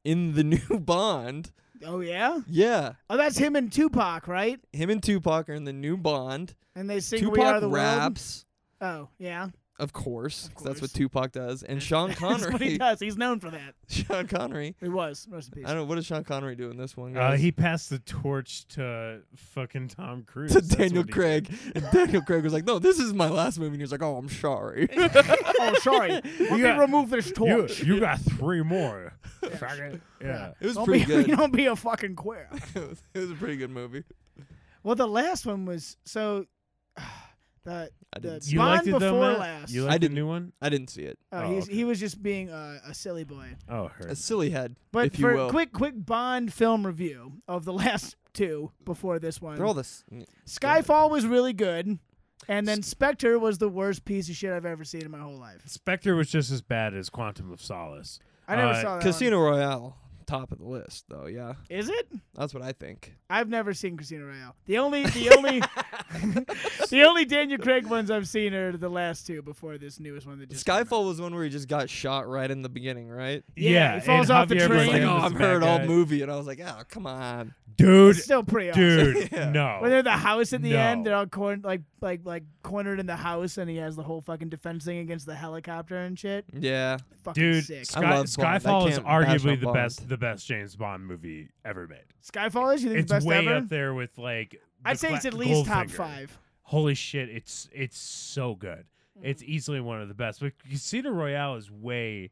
Speaker 3: in the new Bond.
Speaker 2: Oh yeah.
Speaker 3: Yeah,
Speaker 2: Oh, that's him and Tupac, right?
Speaker 3: him and Tupac are in the new Bond.
Speaker 2: And they sing "We Are
Speaker 3: Tupac
Speaker 2: the
Speaker 3: raps,
Speaker 2: World." Oh yeah,
Speaker 3: of course, 'cause that's what
Speaker 2: course.
Speaker 3: Tupac does. And Sean
Speaker 2: that's what he
Speaker 3: Connery,
Speaker 2: does. He's known for that.
Speaker 3: Sean Connery.
Speaker 2: He was. Rest in
Speaker 3: I
Speaker 2: peace.
Speaker 3: don't know what does Sean Connery do in this one.
Speaker 4: Uh,
Speaker 3: guys?
Speaker 4: he passed the torch to fucking Tom Cruise.
Speaker 3: to
Speaker 4: That's
Speaker 3: Daniel
Speaker 4: what he did.
Speaker 3: Craig, and Daniel Craig was like, "No, this is my last movie," and he was like, "Oh, I'm sorry."
Speaker 5: Oh, sorry. Let me
Speaker 4: got-
Speaker 5: remove this
Speaker 4: You,
Speaker 5: torch.
Speaker 4: you got three more. Fucking- yeah.
Speaker 3: It was
Speaker 5: Don't
Speaker 3: pretty
Speaker 5: be,
Speaker 3: good.
Speaker 5: don't be a fucking queer.
Speaker 3: it was- it was a pretty good movie.
Speaker 2: Well, the last one was so. the
Speaker 3: I
Speaker 2: The-
Speaker 3: didn't. see-
Speaker 4: You
Speaker 2: Bond
Speaker 4: liked it though,
Speaker 2: before
Speaker 4: Matt?
Speaker 2: last.
Speaker 4: You
Speaker 3: I
Speaker 4: liked the
Speaker 3: didn't.
Speaker 4: new one?
Speaker 3: I didn't see it.
Speaker 2: uh,
Speaker 4: Oh,
Speaker 2: he's,
Speaker 4: okay.
Speaker 2: he was just being a, a silly boy.
Speaker 4: Oh, her.
Speaker 3: A silly head,
Speaker 2: But
Speaker 3: if you
Speaker 2: for
Speaker 3: will.
Speaker 2: quick, quick Bond film review of the last two before this one,
Speaker 3: They're all this.
Speaker 2: uh, Skyfall was really good, and then Spectre was the worst piece of shit I've ever seen in my whole life.
Speaker 4: Spectre was just as bad as Quantum of Solace.
Speaker 2: I never
Speaker 4: Uh,
Speaker 2: saw that.
Speaker 3: Casino Royale, top of the list, though. Yeah,
Speaker 2: One. Is it?
Speaker 3: that's what I think.
Speaker 2: I've never seen Casino Royale. The only, the only, the only Daniel Craig ones I've seen are the last two before this newest one. That just came out.
Speaker 3: Skyfall was one where he just got shot right in the beginning, right?
Speaker 2: Yeah, he falls
Speaker 4: and
Speaker 2: off the
Speaker 4: Javier
Speaker 2: train.
Speaker 3: He's like,
Speaker 4: Bardem
Speaker 2: Yeah,
Speaker 3: "Oh,
Speaker 4: is
Speaker 3: I've
Speaker 4: the
Speaker 3: heard
Speaker 4: bad
Speaker 3: all
Speaker 4: guy.
Speaker 3: movie," and I was like, "Oh, come on."
Speaker 4: Dude,
Speaker 2: It's still pretty awesome.
Speaker 4: dude,
Speaker 3: Yeah.
Speaker 4: no.
Speaker 2: When they're the house at the end,
Speaker 4: No.
Speaker 2: they're all corn like like like cornered in the house, and he has the whole fucking defense thing against the helicopter and shit.
Speaker 3: Yeah,
Speaker 2: Fucking
Speaker 4: Dude,
Speaker 2: sick.
Speaker 4: Sky-
Speaker 3: I love Bond. I
Speaker 4: Skyfall is
Speaker 3: can't bash
Speaker 4: arguably
Speaker 3: on
Speaker 4: the
Speaker 3: Bond.
Speaker 4: best, the best James Bond movie ever made.
Speaker 2: Skyfall is you think
Speaker 4: it's
Speaker 2: the best
Speaker 4: way
Speaker 2: ever?
Speaker 4: up there with like.
Speaker 2: I'd
Speaker 4: the
Speaker 2: say it's
Speaker 4: cla-
Speaker 2: at least top
Speaker 4: Goldfinger.
Speaker 2: five.
Speaker 4: Holy shit! It's it's so good. It's
Speaker 2: Mm-hmm.
Speaker 4: easily one of the best. But Casino Royale is way,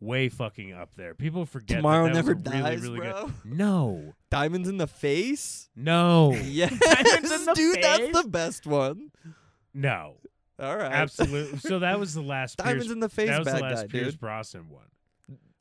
Speaker 4: way fucking up there. People forget. that
Speaker 3: Tomorrow
Speaker 4: that was
Speaker 3: Never
Speaker 4: a really,
Speaker 3: Dies,
Speaker 4: really
Speaker 3: bro.
Speaker 4: Good. No,
Speaker 3: Diamonds in the face.
Speaker 4: no,
Speaker 3: Yes,
Speaker 2: in the
Speaker 3: dude,
Speaker 2: Face?
Speaker 3: that's the best one.
Speaker 4: no.
Speaker 3: All right,
Speaker 4: Absolutely. So that was the last.
Speaker 3: Diamonds
Speaker 4: Pierce,
Speaker 3: in the face,
Speaker 4: That was the
Speaker 3: bad
Speaker 4: last
Speaker 3: guy,
Speaker 4: Pierce
Speaker 3: dude.
Speaker 4: Brosnan one.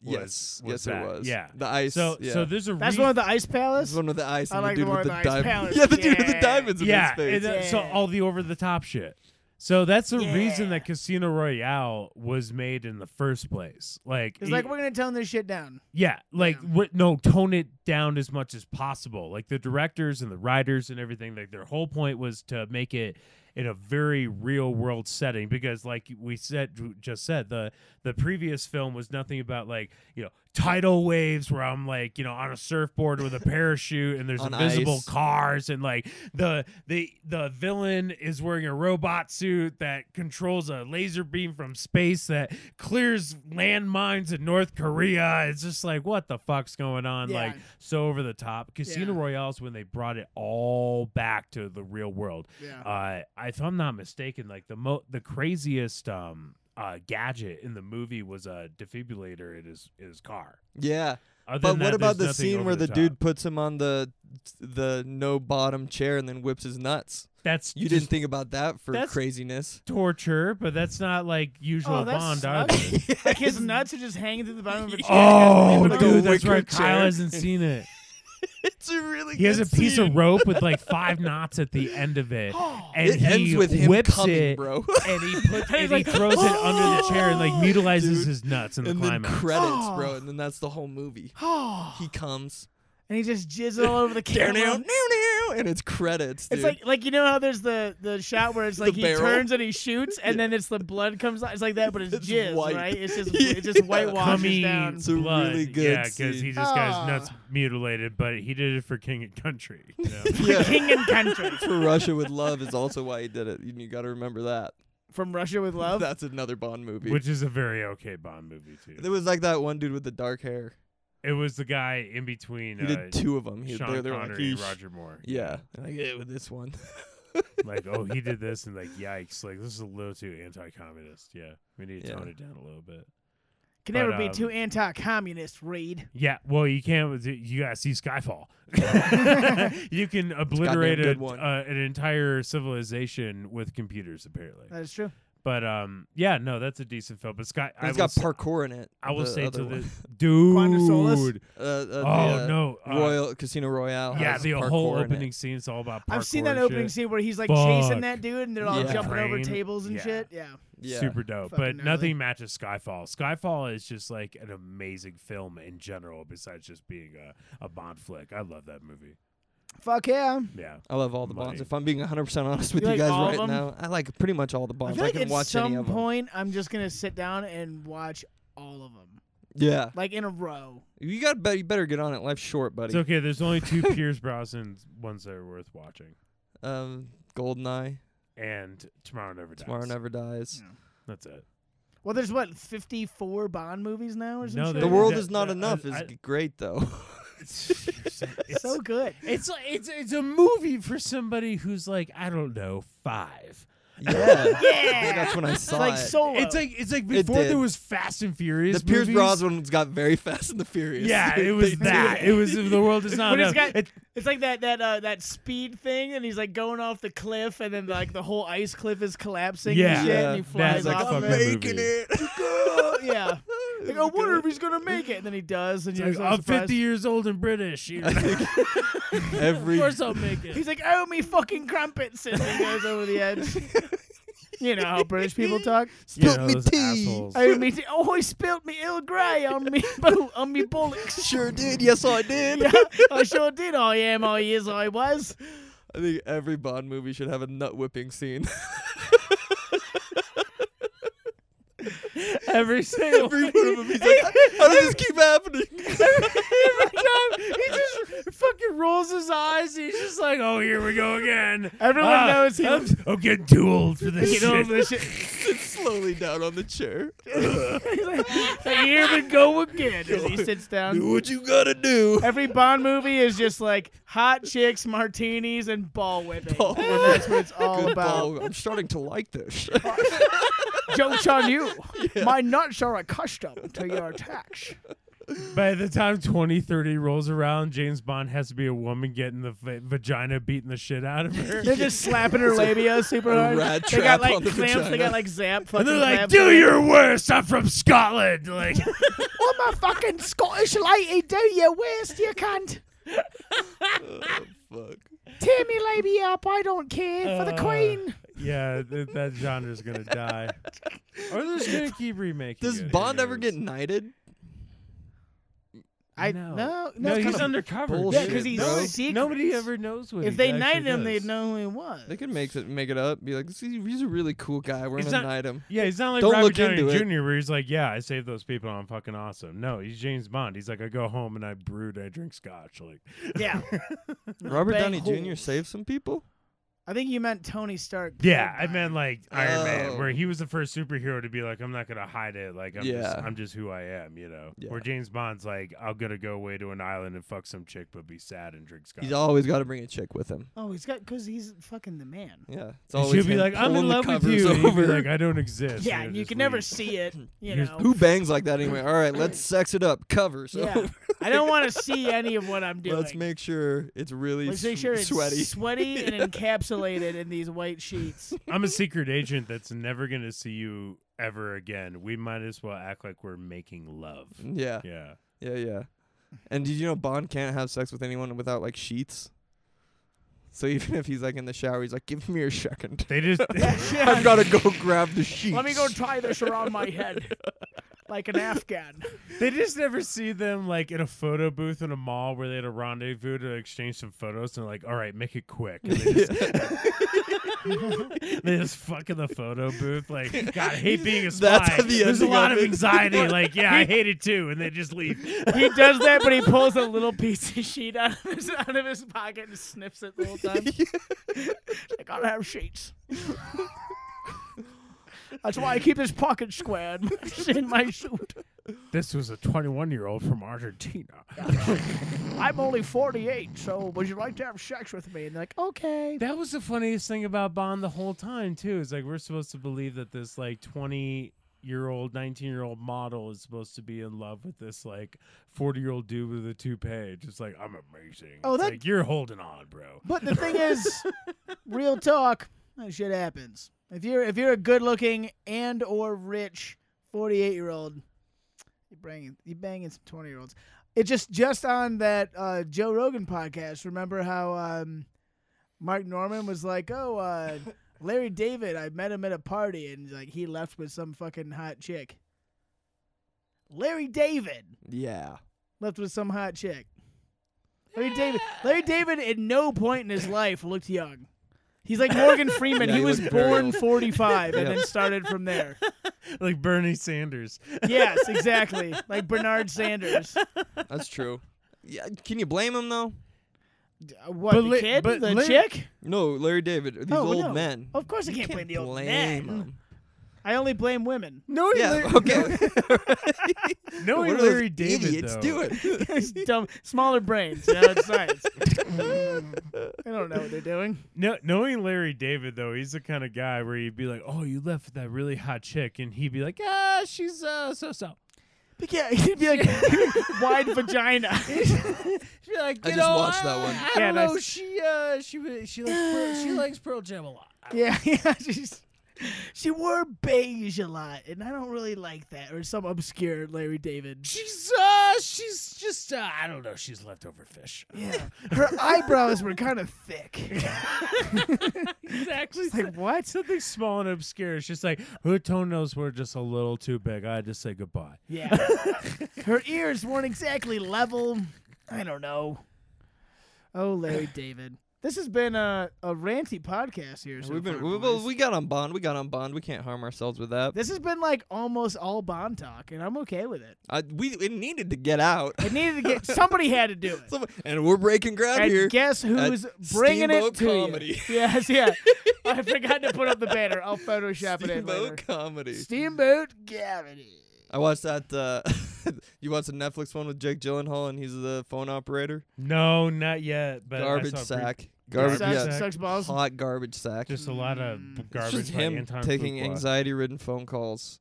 Speaker 4: was-
Speaker 3: Yes,
Speaker 4: was
Speaker 3: yes,
Speaker 4: that.
Speaker 3: it was.
Speaker 4: Yeah.
Speaker 3: the ice.
Speaker 4: So
Speaker 3: yeah.
Speaker 4: so there's a
Speaker 2: That's
Speaker 4: reason-
Speaker 2: one of the Ice
Speaker 3: This
Speaker 2: Palace.
Speaker 3: is one with the ice
Speaker 2: I
Speaker 3: and
Speaker 2: like
Speaker 3: the
Speaker 2: the
Speaker 3: dude
Speaker 2: one
Speaker 3: with
Speaker 2: with
Speaker 3: the,
Speaker 2: the ice
Speaker 3: diamonds.
Speaker 2: palace.
Speaker 3: Yeah, the dude with the
Speaker 2: Yeah.
Speaker 3: diamonds in
Speaker 4: yeah,
Speaker 3: his
Speaker 4: and
Speaker 3: face.
Speaker 4: that- so
Speaker 2: Yeah.
Speaker 4: all the over the top shit. So that's the reason
Speaker 2: Yeah.
Speaker 4: that Casino Royale was made in the first place. Like,
Speaker 2: It's
Speaker 4: it-
Speaker 2: like we're gonna tone this shit down.
Speaker 4: yeah, like
Speaker 2: Yeah.
Speaker 4: what? No, tone it down as much as possible. Like the directors and the writers and everything. Like their whole point was to make it in a very real world setting because like we said just said the the previous film was nothing about like you know tidal waves where I'm like you know on a surfboard with a parachute and there's
Speaker 3: On
Speaker 4: invisible
Speaker 3: ice.
Speaker 4: cars and like the the the villain is wearing a robot suit that controls a laser beam from space that clears landmines in North Korea it's just like what the fuck's going on
Speaker 2: Yeah.
Speaker 4: like so over the top Casino
Speaker 2: Yeah.
Speaker 4: Royale's when they brought it all back to the real world
Speaker 2: Yeah.
Speaker 4: uh, I- if I'm not mistaken, like the mo- the craziest um uh gadget in the movie was a defibrillator in his in his car.
Speaker 3: Yeah.
Speaker 4: Other
Speaker 3: But
Speaker 4: than
Speaker 3: what
Speaker 4: that,
Speaker 3: about
Speaker 4: there's
Speaker 3: the
Speaker 4: nothing
Speaker 3: scene
Speaker 4: over
Speaker 3: where the,
Speaker 4: the, top.
Speaker 3: dude puts him on the the no bottom chair and then whips his nuts?
Speaker 4: That's
Speaker 3: You
Speaker 4: just
Speaker 3: didn't think about that for
Speaker 4: That's-
Speaker 3: craziness.
Speaker 4: torture, but that's not like usual
Speaker 2: Oh,
Speaker 4: Bond.
Speaker 2: that's
Speaker 4: Either.
Speaker 2: like his nuts are just hanging through the bottom of a chair.
Speaker 4: Oh,
Speaker 3: Like a
Speaker 4: dude, that's
Speaker 3: wicker
Speaker 4: right. Kyle
Speaker 3: chair.
Speaker 4: hasn't seen it.
Speaker 3: It's a really
Speaker 4: He has a piece of rope with like five knots at the end of it, and
Speaker 3: it
Speaker 4: he
Speaker 3: ends with him
Speaker 4: whips
Speaker 3: coming,
Speaker 4: it,
Speaker 3: bro.
Speaker 4: and he puts and he throws it under the chair and like mutilizes his nuts in the
Speaker 3: and then
Speaker 4: climax.
Speaker 3: credits, bro, and then that's the whole movie. he comes.
Speaker 2: and he just jizzes all over the
Speaker 3: Down,
Speaker 2: camera.
Speaker 3: and it's credits. Dude.
Speaker 5: It's like like you know how there's the the shot where it's like he
Speaker 3: barrel?
Speaker 5: turns and he shoots and then it's the blood comes out. It's like that, but it's,
Speaker 3: It's
Speaker 5: jizz,
Speaker 3: white.
Speaker 5: right? It's just
Speaker 3: Yeah.
Speaker 5: it just whitewashes
Speaker 4: Cummy
Speaker 5: down.
Speaker 3: It's a really
Speaker 4: blood.
Speaker 3: good
Speaker 4: yeah, because
Speaker 3: scene.
Speaker 4: he just got his
Speaker 2: Ah.
Speaker 4: nuts mutilated, but he did it for king and country. you know?
Speaker 3: yeah.
Speaker 5: King and country
Speaker 3: for Russia with Love is also why he did it. You, you got to remember that.
Speaker 2: From Russia with Love.
Speaker 3: That's another Bond movie.
Speaker 4: Which is a very okay Bond movie too.
Speaker 3: there was like that one dude with the dark hair.
Speaker 4: It was the guy in between
Speaker 3: He
Speaker 4: uh,
Speaker 3: did two of them. He,
Speaker 4: Sean
Speaker 3: they're, they're like,
Speaker 4: Connery, and
Speaker 3: "Eesh."
Speaker 4: Roger Moore.
Speaker 3: Yeah, They're like yeah, with this one.
Speaker 4: like oh he did this and like yikes, like this is a little too anti-communist. Yeah, we need to
Speaker 3: Yeah.
Speaker 4: tone it down a little bit.
Speaker 2: Can never
Speaker 4: But,
Speaker 2: be
Speaker 4: um,
Speaker 2: too anti-communist, Reed.
Speaker 4: Yeah, well you can't. You gotta see Skyfall. you can obliterate
Speaker 3: good
Speaker 4: a-
Speaker 3: one.
Speaker 4: uh, an entire civilization with computers apparently.
Speaker 2: That is true.
Speaker 4: But um, yeah, no, that's a decent film. But Sky, I
Speaker 3: It's
Speaker 4: will
Speaker 3: got
Speaker 4: say-
Speaker 3: parkour in it.
Speaker 4: I will
Speaker 3: the
Speaker 4: say
Speaker 3: other
Speaker 4: to
Speaker 3: one.
Speaker 4: this dude.
Speaker 2: Solace?
Speaker 3: Uh, uh, the,
Speaker 4: oh
Speaker 3: uh,
Speaker 4: no, uh,
Speaker 3: Royal Casino Royale.
Speaker 4: Yeah,
Speaker 3: has
Speaker 4: the
Speaker 3: parkour
Speaker 4: whole
Speaker 3: in it.
Speaker 4: opening scene is all about. Parkour
Speaker 2: I've seen that
Speaker 4: and
Speaker 2: opening
Speaker 4: shit.
Speaker 2: scene where he's like
Speaker 4: Fuck.
Speaker 2: chasing that dude, and they're all
Speaker 3: Yeah.
Speaker 2: jumping over
Speaker 4: Crane.
Speaker 2: tables and
Speaker 4: Yeah.
Speaker 2: shit. Yeah.
Speaker 3: Yeah.
Speaker 4: Super dope, but
Speaker 2: Fucking gnarly.
Speaker 4: nothing matches Skyfall. Skyfall is just like an amazing film in general, besides just being a, a Bond flick. I love that movie.
Speaker 2: Fuck yeah.
Speaker 4: Yeah,
Speaker 3: I love all the
Speaker 4: Money.
Speaker 3: Bonds. If I'm being 100% honest with you,
Speaker 2: like
Speaker 3: guys
Speaker 2: all of
Speaker 3: right
Speaker 2: them?
Speaker 3: now, I like pretty much all the
Speaker 2: I
Speaker 3: Bonds.
Speaker 2: feel like
Speaker 3: can
Speaker 2: at
Speaker 3: watch any
Speaker 2: some
Speaker 3: of them.
Speaker 2: point I'm just gonna sit down and watch all of them,
Speaker 3: Yeah.
Speaker 2: like in a row.
Speaker 3: You got bet you better get on it. Life's short, buddy.
Speaker 4: it's okay. There's only two Pierce Brosnan ones that are worth watching,
Speaker 3: um Goldeneye,
Speaker 4: and Tomorrow Never Dies.
Speaker 3: Tomorrow Never Dies.
Speaker 4: That's it.
Speaker 2: Well, there's what 54 Bond movies now, or some
Speaker 4: No,
Speaker 2: shit?
Speaker 4: there-
Speaker 3: The world
Speaker 4: that-
Speaker 3: is not
Speaker 4: that- I-
Speaker 3: enough is
Speaker 4: I-
Speaker 3: g- great though.
Speaker 4: It's-
Speaker 2: so good.
Speaker 4: It's like it's it's a movie for somebody who's like I don't know five.
Speaker 3: yeah. yeah. That's when I
Speaker 2: It's
Speaker 3: saw
Speaker 2: like
Speaker 3: it.
Speaker 5: Oh,
Speaker 2: solo.
Speaker 4: It's like it's like before
Speaker 3: did.
Speaker 4: there was Fast and Furious.
Speaker 3: the Pierce
Speaker 4: movies.
Speaker 3: Brosnan's got very Fast and the Furious.
Speaker 4: Yeah,
Speaker 3: They
Speaker 4: it was
Speaker 3: do
Speaker 4: that. It was the world is not
Speaker 5: When it's
Speaker 4: enough.
Speaker 5: got-
Speaker 4: It-
Speaker 5: It's like that that uh, that speed thing, and he's like going off the cliff, and then like the whole ice cliff is collapsing
Speaker 4: Yeah.
Speaker 5: and shit, and he
Speaker 4: Yeah,
Speaker 5: flies
Speaker 4: that's like
Speaker 5: off.
Speaker 4: fucking
Speaker 3: I'm
Speaker 5: of it.
Speaker 3: making
Speaker 4: movie.
Speaker 3: it.
Speaker 5: yeah,
Speaker 2: Like, I wonder if he's gonna make it. And then he does, and
Speaker 4: it's
Speaker 5: you're
Speaker 4: like,
Speaker 5: so
Speaker 4: I'm
Speaker 5: surprised.
Speaker 4: 50 years old and British. you know?
Speaker 3: Every
Speaker 4: of course I'll make it.
Speaker 2: he's like, "Owe me fucking crumpets," and then he goes over the edge. you know how British people talk.
Speaker 3: spilt
Speaker 4: know,
Speaker 3: me
Speaker 4: those
Speaker 3: tea.
Speaker 4: assholes.
Speaker 2: Owe me, t- oh, he spilt me ill grey on me, bo- on me bollocks.
Speaker 3: Sure did. Yes, I did.
Speaker 2: I sure did. I am. I is. I was.
Speaker 3: I think every Bond movie should have a nut whipping scene.
Speaker 4: Every single
Speaker 3: every one of them. He's like, how does this keep happening?
Speaker 4: every time he just fucking rolls his eyes. He's just like, oh, here we go again.
Speaker 2: Everyone
Speaker 4: Ah,
Speaker 2: knows he-
Speaker 4: I'm, I'm getting too old for this
Speaker 2: You know,
Speaker 4: shit.
Speaker 2: the shit.
Speaker 3: Sits slowly down on the chair.
Speaker 2: Like, here we go again. As he sits down.
Speaker 3: Do what you gotta do.
Speaker 2: Every Bond movie is just like hot chicks, martinis, and ball whipping.
Speaker 3: Ball
Speaker 2: and
Speaker 3: whipping.
Speaker 2: that's what it's all
Speaker 3: Oh, Good
Speaker 2: about.
Speaker 3: ball. I'm starting to like this.
Speaker 2: Joke's on you. My nuts are accustomed to your attacks.
Speaker 4: By the time 2030 rolls around, James Bond has to be a woman getting the va- vagina beating the shit out of her.
Speaker 2: They're just slapping her labia super
Speaker 3: a
Speaker 2: hard.
Speaker 3: rat
Speaker 2: they
Speaker 3: trap
Speaker 2: got like
Speaker 3: on the
Speaker 2: clamps. They
Speaker 3: vagina.
Speaker 2: got like zap. Fucking
Speaker 4: and they're like,
Speaker 2: clamps.
Speaker 4: do your worst. I'm from Scotland. Like,
Speaker 2: I'm a fucking Scottish lady. Do your worst, you cunt.
Speaker 3: Oh, Fuck.
Speaker 2: Tear me labia up. I don't care for the
Speaker 4: Uh,
Speaker 2: queen.
Speaker 4: yeah, th- that genre's gonna die. Or they're just gonna keep remaking.
Speaker 3: Does
Speaker 4: it. Who
Speaker 3: Bond ever
Speaker 4: knows?
Speaker 3: get knighted?
Speaker 2: I
Speaker 4: No.
Speaker 2: no, no,
Speaker 4: No,
Speaker 2: it's
Speaker 4: he's
Speaker 2: kinda-
Speaker 4: undercover.
Speaker 3: bullshit,
Speaker 2: Yeah, 'cause he's
Speaker 3: bro.
Speaker 2: secret.
Speaker 4: Nobody ever knows what
Speaker 2: If
Speaker 4: he
Speaker 2: they
Speaker 4: actually
Speaker 2: knighted him, they'd
Speaker 4: does.
Speaker 2: know who he was.
Speaker 3: They could make it make it up. Be like, "This- he's a really cool guy. We're
Speaker 4: It's
Speaker 3: gonna
Speaker 4: not-
Speaker 3: knight him.
Speaker 4: Yeah, he's not like
Speaker 3: Don't
Speaker 4: Robert
Speaker 3: look
Speaker 4: Downey
Speaker 3: into it.
Speaker 4: Jr. where he's like, yeah, I saved those people. I'm fucking awesome. No, he's James Bond. He's like, I go home and I brood. I drink scotch. Like,
Speaker 2: Yeah,
Speaker 3: Robert
Speaker 2: bang
Speaker 3: Downey Jr.
Speaker 2: holes.
Speaker 3: saved some people.
Speaker 2: I think you meant Tony Stark.
Speaker 4: yeah, I
Speaker 2: Goodbye.
Speaker 4: meant like Iron Man,
Speaker 3: Oh.
Speaker 4: where he was the first superhero to be like, I'm not gonna hide it. Like, I'm just,
Speaker 3: Yeah.
Speaker 4: I'm just who I am. You know.
Speaker 3: Yeah.
Speaker 4: Where James Bond's like, I'm gonna go away to an island and fuck some chick, but be sad and drink scotch.
Speaker 3: He's always got to bring a chick with him.
Speaker 2: Oh, he's got because he's fucking the man.
Speaker 3: Yeah, it's
Speaker 4: And
Speaker 3: always.
Speaker 4: she'll be
Speaker 3: him
Speaker 4: like, I'm
Speaker 3: pulling
Speaker 4: in
Speaker 3: the
Speaker 4: love with
Speaker 3: covers
Speaker 4: you. and he'll be
Speaker 3: over.
Speaker 4: like, I don't exist.
Speaker 2: Yeah,
Speaker 4: and he'll
Speaker 2: you
Speaker 4: just
Speaker 2: can never
Speaker 4: leave.
Speaker 2: see it. You
Speaker 4: Here's-
Speaker 2: know.
Speaker 3: Who bangs like that anyway? All right, let's sex it up. Covers.
Speaker 2: Yeah. I don't want to see any of what I'm doing.
Speaker 3: Let's make sure it's really
Speaker 2: Let's
Speaker 3: sw-
Speaker 2: make sure it's
Speaker 3: sweaty.
Speaker 2: sweaty and encapsulated in these white sheets.
Speaker 4: I'm a secret agent that's never gonna see you ever again. We might as well act like we're making love.
Speaker 3: yeah,
Speaker 4: Yeah.
Speaker 3: yeah, yeah. And did you know Bond can't have sex with anyone without like sheets? So even if he's like in the shower, he's like, "Give me a second.
Speaker 4: They just
Speaker 3: I've got to go grab the sheets."
Speaker 2: Let me go tie this around my head like an Afghan.
Speaker 4: they just never see them like in a photo booth in a mall where they had a rendezvous to exchange some photos and like, all right, make it quick. And they, just, they just fuck in the photo booth. Like, God, I hate being a spy.
Speaker 3: That's the
Speaker 4: There's a
Speaker 3: ending
Speaker 4: lot
Speaker 3: of
Speaker 4: of
Speaker 3: it.
Speaker 4: anxiety. Like, yeah, I hate it too, and they just leave.
Speaker 5: He does that, but he pulls a little piece of sheet out of his out of his pocket and sniffs it the whole time.
Speaker 2: I gotta have sheets. That's why I keep this pocket square in my, in my suit.
Speaker 4: This was a 21 year old from Argentina.
Speaker 2: I'm only 48, so would you like to have sex with me? And they're like, okay.
Speaker 4: That was the funniest thing about Bond the whole time too. Is like we're supposed to believe that this like twenty year old, nineteen year old model is supposed to be in love with this like forty year old dude with a toupee. Just like I'm amazing.
Speaker 2: Oh,
Speaker 4: It's
Speaker 2: that-
Speaker 4: like you're holding on, bro.
Speaker 2: But the thing is, real talk, that shit happens. If you're if you're a good looking and or rich forty eight year old, you banging you banging some twenty year olds. It just just on that uh, Joe Rogan podcast. Remember how um, Mark Norman was like, "Oh, uh, Larry David, I met him at a party, and like he left with some fucking hot chick." Larry David
Speaker 3: Yeah.
Speaker 2: left with some hot chick. Larry David. Larry David at no point in his life looked young. He's like Morgan Freeman.
Speaker 3: Yeah,
Speaker 2: he,
Speaker 3: he
Speaker 2: was
Speaker 3: looked very
Speaker 2: born
Speaker 3: old.
Speaker 2: 45 and
Speaker 3: Yeah.
Speaker 2: then started from there.
Speaker 4: Like Bernie Sanders.
Speaker 2: Yes, exactly. Like Bernard Sanders.
Speaker 3: That's true. Yeah, can you blame him though?
Speaker 2: D- uh, What,
Speaker 4: But
Speaker 2: the
Speaker 4: Lar-
Speaker 2: kid?
Speaker 4: but
Speaker 2: the
Speaker 4: Lar-
Speaker 2: chick?
Speaker 3: No, Larry David. These
Speaker 2: Oh, well,
Speaker 3: old
Speaker 2: no.
Speaker 3: men.
Speaker 2: Of course I
Speaker 3: You
Speaker 2: can't, blame the old
Speaker 3: blame
Speaker 2: man.
Speaker 3: 'em.
Speaker 2: I only blame women.
Speaker 4: No,
Speaker 3: Yeah. Okay.
Speaker 4: No,
Speaker 3: what are those
Speaker 4: Larry David
Speaker 3: idiots
Speaker 4: though.
Speaker 3: doing?
Speaker 2: It's dumb, smaller brains. You know, it's science. I don't know what they're doing.
Speaker 4: No, knowing Larry David though, he's the kind of guy where you'd be like, "Oh, you left with that really hot chick," and he'd be like, "Ah, she's uh, so so."
Speaker 2: But yeah, he'd be like, wide vagina.
Speaker 4: She'd be like,
Speaker 3: I
Speaker 4: "You
Speaker 3: just
Speaker 4: know,
Speaker 3: watched that one."
Speaker 4: I, I
Speaker 2: Yeah,
Speaker 4: don't
Speaker 2: that's-
Speaker 4: know. She uh, she wa- she likes Pearl, she likes Pearl Jam a lot.
Speaker 2: Yeah, yeah. She's, she wore beige a lot, and I don't really like that. Or some obscure Larry David.
Speaker 4: She's uh, she's just uh, I don't know. She's leftover fish.
Speaker 2: Yeah. Her eyebrows were kind of thick.
Speaker 4: Exactly.
Speaker 2: Like, what?
Speaker 4: something small and obscure. It's just like her toenails were just a little too big. I had to say goodbye.
Speaker 2: Yeah. Her ears weren't exactly level. I don't know. Oh, Larry David. This has been a, a ranty podcast here. So
Speaker 3: We've been
Speaker 2: far,
Speaker 3: we, well,
Speaker 2: boys.
Speaker 3: we got on bond. We got on bond. We can't harm ourselves with that.
Speaker 2: This has been like almost all Bond talk, and I'm okay with it.
Speaker 3: I, we it needed to get out.
Speaker 2: It needed to get somebody had to do it.
Speaker 3: Some- and we're breaking ground
Speaker 2: and
Speaker 3: here.
Speaker 2: guess who's bringing
Speaker 3: Steamboat
Speaker 2: it to
Speaker 3: Comedy.
Speaker 2: you? Yes, yeah. I forgot to put up the banner. I'll Photoshop it in later.
Speaker 3: Steamboat comedy.
Speaker 2: Steamboat Comedy.
Speaker 3: I watched that. Uh, you watched the Netflix one with Jake Gyllenhaal and he's the phone operator.
Speaker 4: No, not yet. But I
Speaker 3: garbage
Speaker 4: saw a brief-
Speaker 3: sack. Garbage.
Speaker 4: Garbage
Speaker 2: Sucks,
Speaker 3: Yeah.
Speaker 4: sack.
Speaker 2: sucks balls.
Speaker 3: Hot garbage sack.
Speaker 4: Just a lot of
Speaker 2: Mm.
Speaker 3: It's
Speaker 4: garbage.
Speaker 3: just
Speaker 4: by
Speaker 3: him
Speaker 4: Anton
Speaker 3: taking
Speaker 4: Fuqua.
Speaker 3: anxiety-ridden phone calls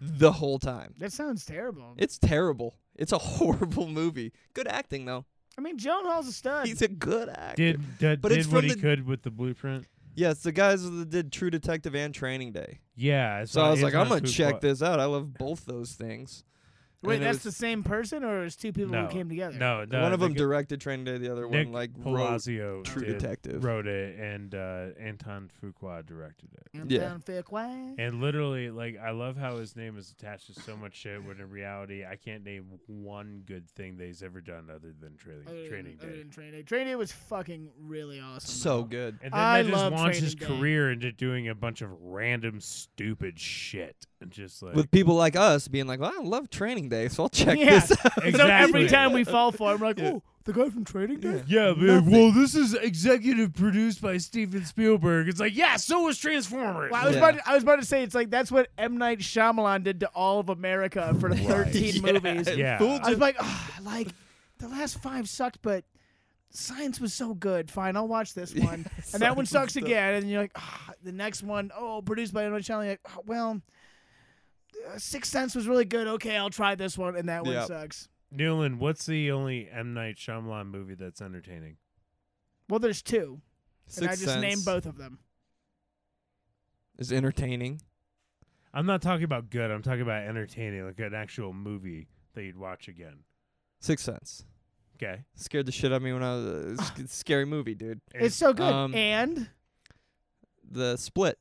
Speaker 3: the whole time.
Speaker 2: That sounds terrible.
Speaker 3: It's terrible. It's a horrible movie. Good acting though.
Speaker 2: I mean, Joan Hall's a stud.
Speaker 3: He's a good actor.
Speaker 4: Did did,
Speaker 3: But
Speaker 4: did
Speaker 3: it's
Speaker 4: what
Speaker 3: from
Speaker 4: he
Speaker 3: the-
Speaker 4: could with the blueprint.
Speaker 3: yeah, it's the guys that did True Detective and Training Day.
Speaker 4: Yeah.
Speaker 3: So I was like, I'm gonna check
Speaker 4: this.
Speaker 3: this out. I love both those things.
Speaker 2: Wait,
Speaker 3: And it
Speaker 2: that's
Speaker 3: was-
Speaker 2: the same person, or it's two people
Speaker 4: no,
Speaker 2: who came together?
Speaker 4: No, no
Speaker 3: one of them
Speaker 4: Nick-
Speaker 3: directed Training Day, the other
Speaker 4: Nick
Speaker 3: one like wrote
Speaker 4: Palazzo
Speaker 3: True
Speaker 4: did-
Speaker 3: Detective.
Speaker 4: wrote it, and uh, Anton Fuqua directed it.
Speaker 2: I'm
Speaker 3: Yeah.
Speaker 2: down for a quiet.
Speaker 4: And literally, like, I love how his name is attached to so much shit. When in reality, I can't name one good thing that he's ever done other than trailing,
Speaker 2: Other than-
Speaker 4: Training Day.
Speaker 2: other than Training Day. Training Day was fucking really awesome.
Speaker 3: so
Speaker 2: though.
Speaker 3: good.
Speaker 4: and then
Speaker 2: I
Speaker 4: that just
Speaker 2: love
Speaker 4: launched his
Speaker 2: Training Day.
Speaker 4: career into doing a bunch of random stupid shit and just like
Speaker 3: With people like us being like, well, I love Training Day, so I'll check
Speaker 5: Yeah.
Speaker 3: this out.
Speaker 5: So every
Speaker 4: Exactly.
Speaker 5: time we fall for him, we're like,
Speaker 3: Yeah.
Speaker 5: oh, the guy from Trading Day?
Speaker 4: Yeah, but well, this is executive produced by Steven Spielberg. It's like, yeah, so was Transformers.
Speaker 2: Well, I was
Speaker 3: Yeah.
Speaker 2: about to, I was about to say it's like that's what M Night Shyamalan did to all of America for the 13
Speaker 3: Yeah.
Speaker 2: movies.
Speaker 4: Yeah.
Speaker 3: Fool
Speaker 2: I was like, oh, like the last five sucked, but science was so good. Fine, I'll watch this one, and that
Speaker 3: science
Speaker 2: one
Speaker 3: was
Speaker 2: sucks
Speaker 3: so-
Speaker 2: again. And you're like, ah, the next one, oh, produced by another channel. You're like, oh, well, uh, Sixth Sense was really good. Okay, I'll try this one, and that one
Speaker 3: Yep.
Speaker 2: sucks.
Speaker 4: Newland, what's the only M Night Shyamalan movie that's entertaining?
Speaker 2: Well, there's two, and I
Speaker 3: Sixth
Speaker 2: just
Speaker 3: Sense
Speaker 2: named both of them.
Speaker 3: is entertaining.
Speaker 4: I'm not talking about good. I'm talking about entertaining, like an actual movie that you'd watch again.
Speaker 3: Sixth Sense
Speaker 4: Okay,
Speaker 3: scared the shit out of me when I was. Uh, it's- it's a scary movie, dude.
Speaker 2: It's so good,
Speaker 3: um,
Speaker 2: and
Speaker 3: The Split,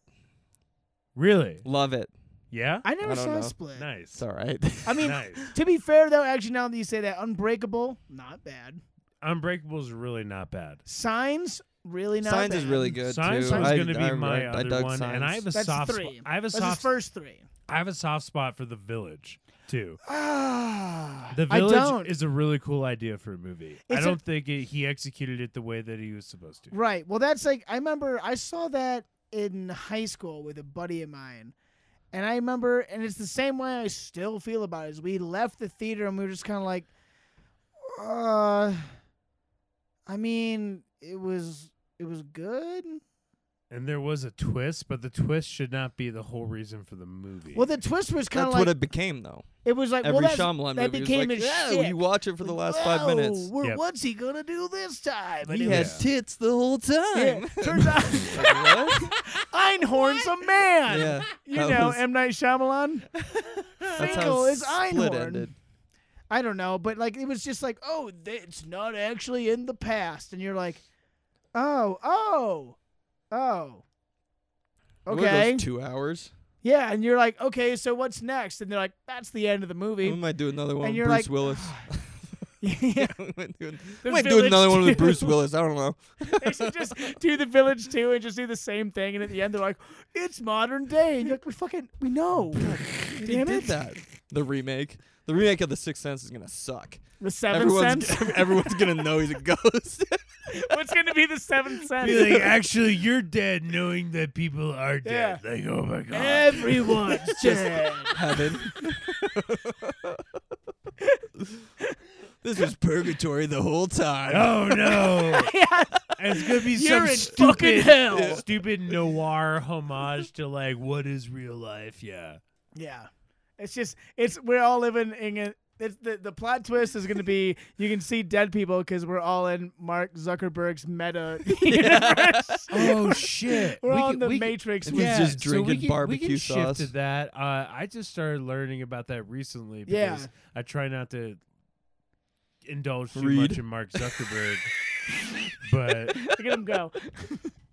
Speaker 4: really,
Speaker 3: love it.
Speaker 4: yeah,
Speaker 2: I never
Speaker 3: I don't
Speaker 2: saw
Speaker 3: know.
Speaker 2: Split.
Speaker 4: nice.
Speaker 3: It's all right.
Speaker 2: I mean,
Speaker 4: nice.
Speaker 2: to be fair though, actually now that you say that, Unbreakable, not bad.
Speaker 4: Unbreakable's really not bad.
Speaker 2: Signs, really not.
Speaker 3: Signs
Speaker 2: bad.
Speaker 3: is really good
Speaker 4: Signs
Speaker 3: too.
Speaker 4: was
Speaker 3: I-
Speaker 4: going to be
Speaker 3: I remember-
Speaker 4: my
Speaker 3: I
Speaker 4: other
Speaker 3: dug
Speaker 4: one,
Speaker 3: Signs.
Speaker 4: and I have a
Speaker 2: That's
Speaker 4: soft. spot.
Speaker 2: three.
Speaker 4: I have a
Speaker 2: That's his
Speaker 4: soft.
Speaker 2: first three.
Speaker 4: I have a soft spot for the village too.
Speaker 2: Ah,
Speaker 4: The
Speaker 2: I
Speaker 4: Village
Speaker 2: don't.
Speaker 4: is a really cool idea for a movie. I
Speaker 2: It's a-
Speaker 4: don't think it, he executed it the way that he was supposed to.
Speaker 2: Right. Well, that's like I remember I saw that in high school with a buddy of mine. And I remember and it's the same way I still feel about it. Is we left the theater and we were just kind of like uh I mean, it was it was good.
Speaker 4: And there was a twist, but the twist should not be the whole reason for the movie.
Speaker 2: Well, the twist was kind
Speaker 3: That's
Speaker 2: of
Speaker 3: what
Speaker 2: like
Speaker 3: it became, though.
Speaker 2: it was like
Speaker 3: Every
Speaker 2: well, that's,
Speaker 3: Shyamalan
Speaker 2: that
Speaker 3: movie was
Speaker 2: became
Speaker 3: like,
Speaker 2: his
Speaker 3: yeah,
Speaker 2: shit.
Speaker 3: you watch it for the last five
Speaker 2: Whoa,
Speaker 3: minutes.
Speaker 2: we're-
Speaker 4: Yep.
Speaker 2: What's he gonna do this time? And
Speaker 3: He
Speaker 2: it
Speaker 3: had
Speaker 2: was-
Speaker 3: tits the whole
Speaker 2: yeah,
Speaker 3: time.
Speaker 2: turns out
Speaker 3: What?
Speaker 2: Einhorn's a man.
Speaker 3: yeah,
Speaker 2: You
Speaker 3: that
Speaker 2: know,
Speaker 3: was-
Speaker 2: M Night Shyamalan.
Speaker 3: that's how
Speaker 2: Finkel is
Speaker 3: Split
Speaker 2: Einhorn.
Speaker 3: ended.
Speaker 2: I don't know, but like it was just like, oh, th- it's not actually in the past, and you're like, oh, oh, oh,
Speaker 3: What were
Speaker 2: okay,
Speaker 3: those two hours.
Speaker 2: yeah, and you're like, okay, so what's next? And they're like, that's the end of the
Speaker 3: We
Speaker 2: movie.
Speaker 3: might do another one.
Speaker 2: and
Speaker 3: with
Speaker 2: you're
Speaker 3: Bruce
Speaker 2: like,
Speaker 3: Willis.
Speaker 2: yeah,
Speaker 3: we might do, an-
Speaker 2: The
Speaker 3: might do
Speaker 2: Village
Speaker 3: another one with
Speaker 2: too.
Speaker 3: Bruce Willis. I don't know.
Speaker 2: they should just do the village too, and just do the same thing, and at the end they're like, it's modern day, and you're like, we fucking we know.
Speaker 3: They
Speaker 2: Damn
Speaker 3: did
Speaker 2: it,
Speaker 3: that. The remake. The remake of The Sixth Sense is gonna suck.
Speaker 2: the seventh
Speaker 3: Everyone's
Speaker 2: sense.
Speaker 3: everyone's gonna know he's a ghost.
Speaker 2: what's gonna be the seventh sense?
Speaker 4: Be like, actually, you're dead knowing that people are
Speaker 2: Yeah.
Speaker 4: dead. Like, oh my God.
Speaker 2: Everyone's dead.
Speaker 3: Heaven. this was purgatory the whole time.
Speaker 4: oh no.
Speaker 2: Yeah.
Speaker 4: It's going to be
Speaker 2: You're
Speaker 4: some
Speaker 2: in fucking
Speaker 4: stupid,
Speaker 2: hell.
Speaker 4: stupid noir homage to, like, what is real life? Yeah.
Speaker 2: Yeah, it's just it's we're all living in. A, it's the the plot twist is going to be you can see dead people because we're all in Mark Zuckerberg's meta universe.
Speaker 4: Oh shit.
Speaker 2: We're
Speaker 4: We
Speaker 2: all
Speaker 4: could-
Speaker 2: in the
Speaker 4: we could-
Speaker 2: Matrix.
Speaker 3: It's
Speaker 2: Yeah.
Speaker 3: just drinking
Speaker 4: so we can,
Speaker 3: barbecue
Speaker 4: we can shift
Speaker 3: sauce.
Speaker 4: to that. Uh, I just started learning about that recently
Speaker 2: Yeah.
Speaker 4: because I try not to indulge too
Speaker 3: Read.
Speaker 4: much in Mark Zuckerberg. but
Speaker 2: Look at him go.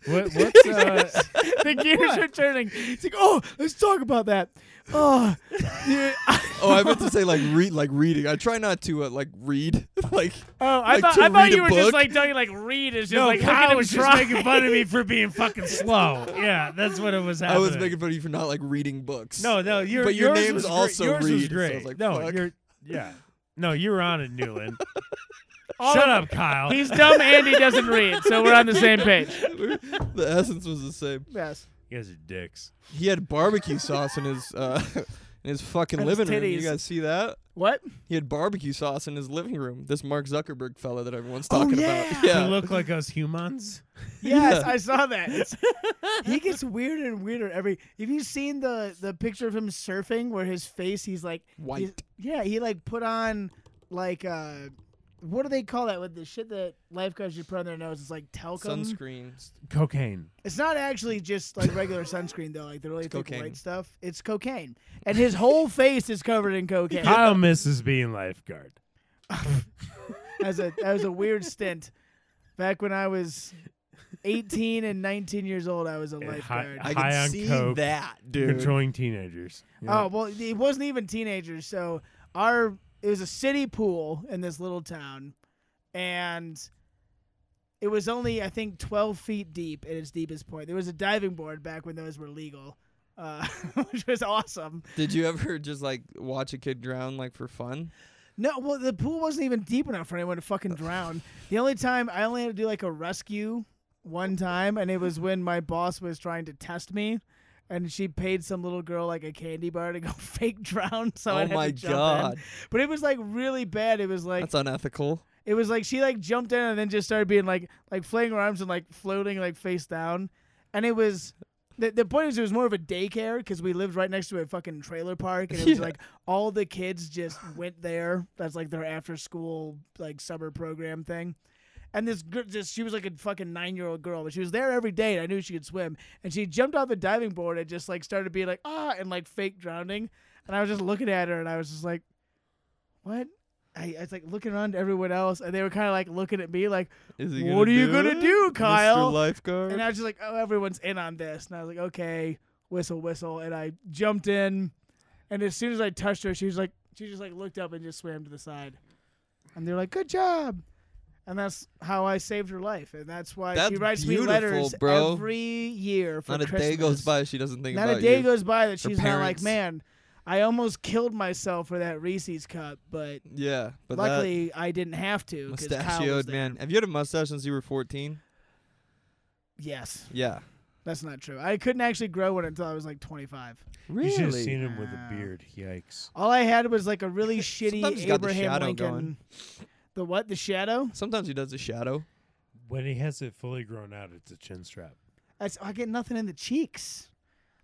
Speaker 4: what, what's uh,
Speaker 2: The gears are turning. It's like, oh, let's talk about that. Oh, yeah.
Speaker 3: Oh, I meant to say like read, like reading. I try not to uh, like read, like
Speaker 2: oh, I
Speaker 3: Like
Speaker 2: thought
Speaker 3: to
Speaker 2: I thought
Speaker 3: read
Speaker 2: you
Speaker 3: a
Speaker 2: were just
Speaker 3: book?
Speaker 2: like telling like read is just
Speaker 4: no?
Speaker 2: like look at
Speaker 4: Kyle
Speaker 2: him
Speaker 4: was
Speaker 2: try.
Speaker 4: just making fun of me for being fucking slow. Yeah, that's what it was.
Speaker 3: I
Speaker 4: Happening.
Speaker 3: was making fun of you for not like reading books.
Speaker 4: No, no, your
Speaker 3: But your
Speaker 4: yours
Speaker 3: name's
Speaker 4: was great-
Speaker 3: also
Speaker 4: yours was
Speaker 3: Reed, so I was
Speaker 4: great.
Speaker 3: like,
Speaker 4: no,
Speaker 3: fuck.
Speaker 4: you're yeah. No, you were on it, Newland.
Speaker 2: All
Speaker 4: Shut
Speaker 2: of-
Speaker 4: up, Kyle.
Speaker 5: He's dumb and he doesn't read, so we're on the same page.
Speaker 3: the essence was the same.
Speaker 2: Yes.
Speaker 4: you guys are dicks.
Speaker 3: He had barbecue sauce in his uh, in his fucking
Speaker 2: And his
Speaker 3: living room. You
Speaker 2: titties.
Speaker 3: guys see that?
Speaker 2: What?
Speaker 3: He had barbecue sauce in his living room. This Mark Zuckerberg fella that everyone's
Speaker 4: Oh,
Speaker 3: talking about.
Speaker 2: yeah.
Speaker 4: You look like us humans.
Speaker 2: Yes, I saw that. It's- he gets weirder and weirder every. Have you seen the the picture of him surfing where his face? He's like he's-
Speaker 3: White.
Speaker 2: yeah, he like put on like uh
Speaker 5: what do they call that with the shit that lifeguards should put on their nose? It's like talcum.
Speaker 3: Sunscreens.
Speaker 4: Cocaine.
Speaker 5: It's not actually just like regular sunscreen though, like the really thick
Speaker 3: cocaine.
Speaker 5: white stuff. It's cocaine, and his whole face is covered in cocaine.
Speaker 4: Kyle misses being lifeguard.
Speaker 5: as a that was a weird stint. Back when I was 18 and 19 years old, I was a
Speaker 4: hi-
Speaker 5: lifeguard.
Speaker 4: I High
Speaker 3: can
Speaker 4: on
Speaker 3: see
Speaker 4: coke.
Speaker 3: that, dude.
Speaker 4: Controlling teenagers.
Speaker 5: Oh well, it wasn't even teenagers. So our it was a city pool in this little town, and it was only I think twelve feet deep at its deepest point. There was a diving board back when those were legal, uh, which was awesome.
Speaker 3: Did you ever just like watch a kid drown like for fun?
Speaker 5: No, well the pool wasn't even deep enough for anyone to fucking drown. The only time I only had to do like a rescue one time, and it was when my boss was trying to test me. And she paid some little girl like a candy bar to go fake drown. So I
Speaker 3: oh
Speaker 5: had to
Speaker 3: my
Speaker 5: jump in.
Speaker 3: god,
Speaker 5: But it was like really bad. It was like
Speaker 3: that's unethical.
Speaker 5: it was like she like jumped in and then just started being like like flailing her arms and like floating like face down, and it was. The, the point is, it was more of a daycare because we lived right next to a fucking trailer park, and it was
Speaker 3: Yeah.
Speaker 5: like all the kids just went there. That's like their after school like summer program thing. And this girl, just she was like a fucking nine year old girl, but she was there every day. And I knew she could swim, and she jumped off the diving board and just like started being like ah and like fake drowning. And I was just looking at her, and I was just like, what? I, I was like looking around to everyone else, and they were kind of like looking at me, like,
Speaker 3: Is he
Speaker 5: "What are
Speaker 3: gonna
Speaker 5: you
Speaker 3: do
Speaker 5: gonna
Speaker 3: it,
Speaker 5: do, Kyle?"
Speaker 3: Mr. Lifeguard.
Speaker 5: And I was just like, "Oh, everyone's in on this." And I was like, "Okay, whistle, whistle." And I jumped in, and as soon as I touched her, she was like, she just like looked up and just swam to the side, and they're like, "Good job." And that's how I saved her life, and that's why she
Speaker 3: That's
Speaker 5: writes me
Speaker 3: beautiful,
Speaker 5: letters
Speaker 3: bro.
Speaker 5: every year for
Speaker 3: Not a
Speaker 5: Christmas.
Speaker 3: day goes by she doesn't think
Speaker 5: Not
Speaker 3: about
Speaker 5: a day
Speaker 3: you.
Speaker 5: goes by that she's not like,
Speaker 3: parents.
Speaker 5: "Man, I almost killed myself for that Reese's cup," but
Speaker 3: yeah, but that
Speaker 5: Luckily, I didn't have to. 'cause Kyle was
Speaker 3: mustachioed
Speaker 5: there.
Speaker 3: man. Have you had a mustache since you were 14?
Speaker 5: Yes,
Speaker 3: Yeah.
Speaker 5: that's not true. I couldn't actually grow one until I was like 25.
Speaker 3: Really?
Speaker 4: You should have seen him with
Speaker 5: Wow.
Speaker 4: a beard. Yikes.
Speaker 5: All I had was like a really shitty
Speaker 3: Sometimes you got the
Speaker 5: Abraham
Speaker 3: shadow
Speaker 5: Lincoln.
Speaker 3: going.
Speaker 5: The what? The shadow?
Speaker 3: Sometimes he does a shadow.
Speaker 4: When he has it fully grown out, it's a chin strap.
Speaker 5: That's, I get nothing in the cheeks.